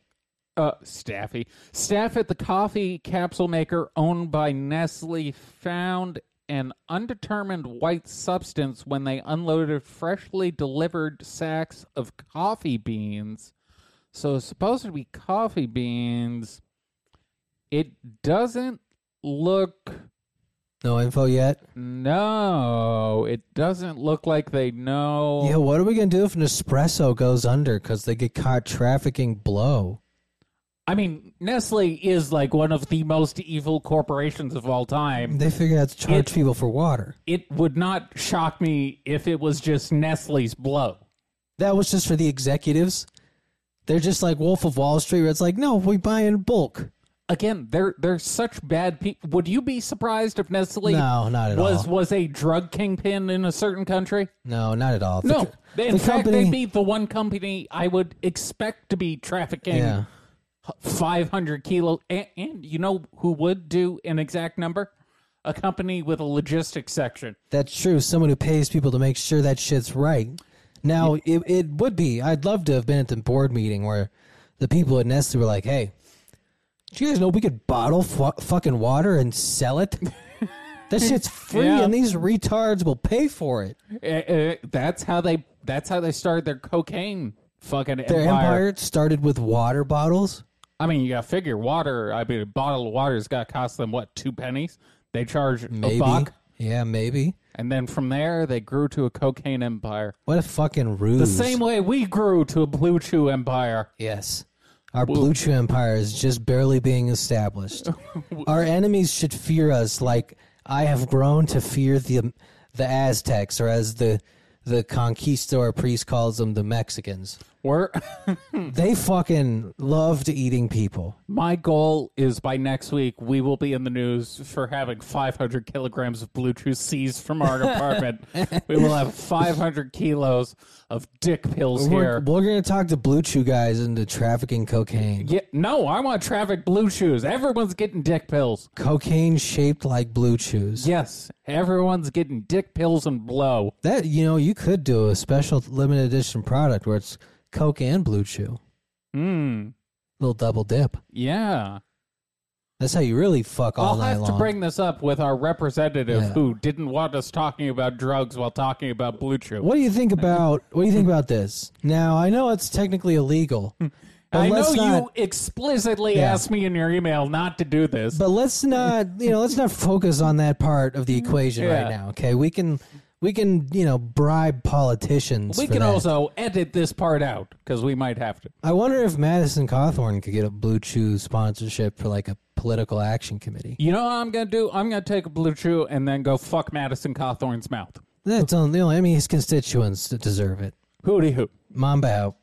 Speaker 1: uh, Staffy, staff at the coffee capsule maker owned by Nestle found an undetermined white substance when they unloaded freshly delivered sacks of coffee beans. So it's supposed to be coffee beans. It doesn't look.
Speaker 2: No info yet?
Speaker 1: No, it doesn't look like they know.
Speaker 2: Yeah, what are we going to do if Nespresso goes under because they get caught trafficking blow?
Speaker 1: I mean, Nestle is like one of the most evil corporations of all time.
Speaker 2: They figure out to charge
Speaker 1: It-
Speaker 2: people for water.
Speaker 1: It would not shock me if it was just Nestle's blow.
Speaker 2: That was just for the executives. They're just like Wolf of Wall Street, where it's like, no, we buy in bulk.
Speaker 1: Again, they're they're such bad people. Would you be surprised if Nestle
Speaker 2: No, not at
Speaker 1: was
Speaker 2: all.
Speaker 1: was a drug kingpin in a certain country?
Speaker 2: No, not at all. The
Speaker 1: No.
Speaker 2: co-
Speaker 1: In
Speaker 2: the
Speaker 1: fact,
Speaker 2: company-
Speaker 1: they'd be the one company I would expect to be trafficking
Speaker 2: Yeah.
Speaker 1: 500 kilo. And, and you know who would do an exact number? A company with a logistics section.
Speaker 2: That's true. Someone who pays people to make sure that shit's right. Now, it, it would be. I'd love to have been at the board meeting where the people at Nestle were like, hey, do you guys know we could bottle fu- fucking water and sell it? that shit's free
Speaker 1: Yeah.
Speaker 2: and these retards will pay for it.
Speaker 1: Eh, eh, that's how they. That's how they started their cocaine fucking
Speaker 2: Their
Speaker 1: empire.
Speaker 2: empire started with water bottles.
Speaker 1: I mean, you got to figure water. I mean, a bottle of water's got to cost them what two pennies. They charge
Speaker 2: Maybe.
Speaker 1: a buck,
Speaker 2: Yeah, maybe.
Speaker 1: and then from there they grew to a cocaine empire.
Speaker 2: What a fucking ruse.
Speaker 1: The same way we grew to a blue chew empire.
Speaker 2: Yes. Our blue chew empire is just barely being established. Our enemies should fear us like I have grown to fear the the Aztecs or as the the conquistador priest calls them the Mexicans.
Speaker 1: We're Hmm.
Speaker 2: They fucking loved eating people.
Speaker 1: my goal is by next week we will be in the news for having 500 kilograms of blue chew seized from our apartment. we will have 500 kilos of dick pills
Speaker 2: We're,
Speaker 1: here.
Speaker 2: we're gonna talk to Blue Chew guys into trafficking cocaine.
Speaker 1: Yeah, no, I want traffic blue chews. Everyone's getting dick pills.
Speaker 2: Cocaine shaped like Blue Chews.
Speaker 1: Yes, everyone's getting dick pills and blow.
Speaker 2: That you know, you could do a special limited edition product where it's Coke and Blue Chew.
Speaker 1: Hmm.
Speaker 2: Little double dip.
Speaker 1: Yeah.
Speaker 2: That's how you really fuck all
Speaker 1: I'll
Speaker 2: night
Speaker 1: have
Speaker 2: long.
Speaker 1: to bring this up with our representative
Speaker 2: Yeah.
Speaker 1: who didn't want us talking about drugs while talking about blue chew.
Speaker 2: what do you think about what do you think about this? Now I know it's technically illegal. but
Speaker 1: I know
Speaker 2: let's not-
Speaker 1: you explicitly
Speaker 2: Yeah.
Speaker 1: asked me in your email not to do this.
Speaker 2: But let's not, you know, let's not focus on that part of the equation
Speaker 1: Mm, Yeah.
Speaker 2: right now. Okay, we can, we can, you know, bribe politicians.
Speaker 1: we
Speaker 2: for
Speaker 1: can
Speaker 2: that.
Speaker 1: also edit this part out because we might have to.
Speaker 2: I wonder if Madison Cawthorn could get a Blue Chew sponsorship for like a political action committee.
Speaker 1: You know what I'm going to do? I'm going to take a blue chew and then go fuck Madison Cawthorn's mouth.
Speaker 2: That's only, you know, I mean, his constituents that deserve it.
Speaker 1: Hooty hoo.
Speaker 2: Mamba out.